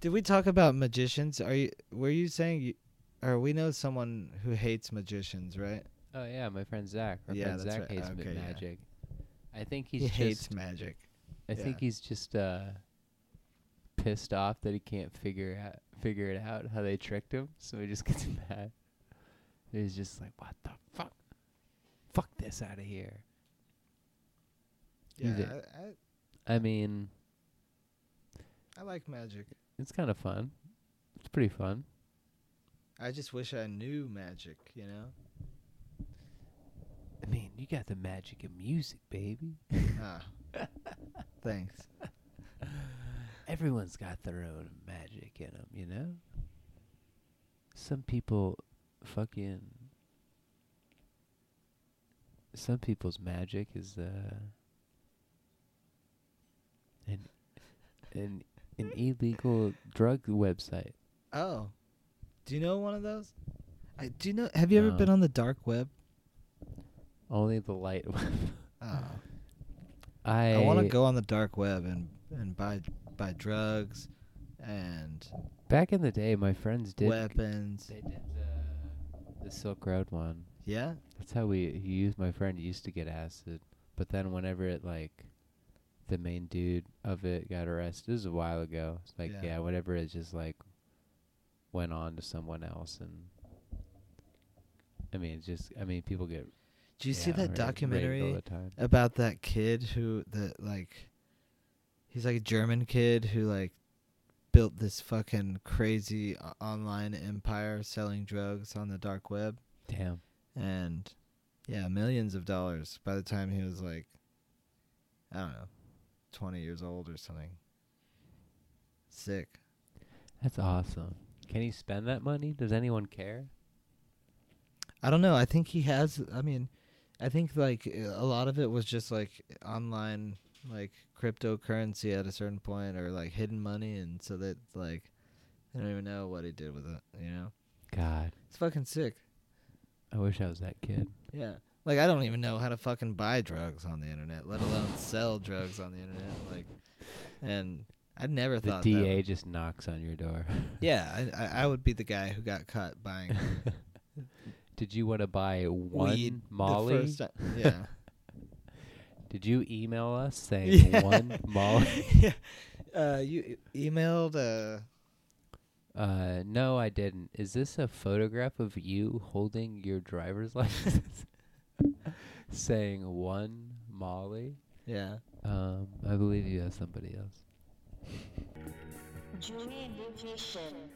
[SPEAKER 3] Did we talk about magicians? Are you were you saying you, or we know someone who hates magicians, right?
[SPEAKER 2] Oh yeah, my friend Zach. Our
[SPEAKER 3] Yeah,
[SPEAKER 2] friend
[SPEAKER 3] that's
[SPEAKER 2] Zach
[SPEAKER 3] right.
[SPEAKER 2] hates
[SPEAKER 3] Okay, yeah.
[SPEAKER 2] magic. I think he's
[SPEAKER 3] he
[SPEAKER 2] just
[SPEAKER 3] hates magic.
[SPEAKER 2] I think
[SPEAKER 3] yeah.
[SPEAKER 2] he's just uh pissed off that he can't figure out figure it out how they tricked him, so he just *laughs* gets mad. He's just like, What the fuck? Fuck this out of here. You
[SPEAKER 3] Yeah,
[SPEAKER 2] did.
[SPEAKER 3] I, I,
[SPEAKER 2] I mean,
[SPEAKER 3] I like magic.
[SPEAKER 2] it's kind of fun. It's pretty fun.
[SPEAKER 3] I just wish I knew magic, you know.
[SPEAKER 2] I mean, you got the magic of music, baby.
[SPEAKER 3] Ah,
[SPEAKER 2] *laughs*
[SPEAKER 3] thanks.
[SPEAKER 2] Everyone's got their own magic in 'em, you know? Some people fucking. Some people's magic is, uh. An, an, an illegal drug website.
[SPEAKER 3] Oh, do you know one of those? I do you know. Have you ever
[SPEAKER 2] No.
[SPEAKER 3] been on the dark web?
[SPEAKER 2] Only the light. *laughs*
[SPEAKER 3] Oh.
[SPEAKER 2] I,
[SPEAKER 3] I want to go on the dark web and and buy buy drugs and
[SPEAKER 2] Back in the day, my friends did.
[SPEAKER 3] weapons.
[SPEAKER 2] They did the, the Silk Road one.
[SPEAKER 3] Yeah,
[SPEAKER 2] That's how we he used my friend used to get acid, but then whenever it like the main dude of it got arrested, this is a while ago. It's like
[SPEAKER 3] Yeah.
[SPEAKER 2] yeah, whenever it just like went on to someone else and I mean it's just I mean people get
[SPEAKER 3] do you see
[SPEAKER 2] yeah,
[SPEAKER 3] that
[SPEAKER 2] ra- raided all
[SPEAKER 3] documentary
[SPEAKER 2] the time.
[SPEAKER 3] about that kid who that like he's like a German kid who like built this fucking crazy o- online empire selling drugs on the dark web
[SPEAKER 2] Damn.
[SPEAKER 3] and yeah millions of dollars by the time he was like I don't know twenty years old or something. Sick.
[SPEAKER 2] That's awesome. Can he spend that money? Does anyone care?
[SPEAKER 3] I don't know. I think he has. I mean, I think like uh, a lot of it was just like online, like cryptocurrency at a certain point, or like hidden money, and so that like I don't even know what he did with it. You know,
[SPEAKER 2] God.
[SPEAKER 3] it's fucking sick.
[SPEAKER 2] I wish I was that kid.
[SPEAKER 3] Yeah, like I don't even know how to fucking buy drugs on the internet, let alone sell drugs on the internet. Like, and I never
[SPEAKER 2] The
[SPEAKER 3] thought
[SPEAKER 2] DA
[SPEAKER 3] That,
[SPEAKER 2] just knocks on your door. *laughs*
[SPEAKER 3] yeah, I, I I would be the guy who got caught buying
[SPEAKER 2] Did you want to buy one
[SPEAKER 3] weed
[SPEAKER 2] Molly?
[SPEAKER 3] The first time. Yeah.
[SPEAKER 2] Did you email us saying
[SPEAKER 3] *laughs* Yeah.
[SPEAKER 2] one Molly?
[SPEAKER 3] yeah. Uh, you e- emailed. Uh,
[SPEAKER 2] *laughs* Uh, no, I didn't. Is this a photograph of you holding your driver's *laughs* license, saying one Molly?
[SPEAKER 3] yeah.
[SPEAKER 2] Um, I believe you have somebody else.
[SPEAKER 1] Dream vacation.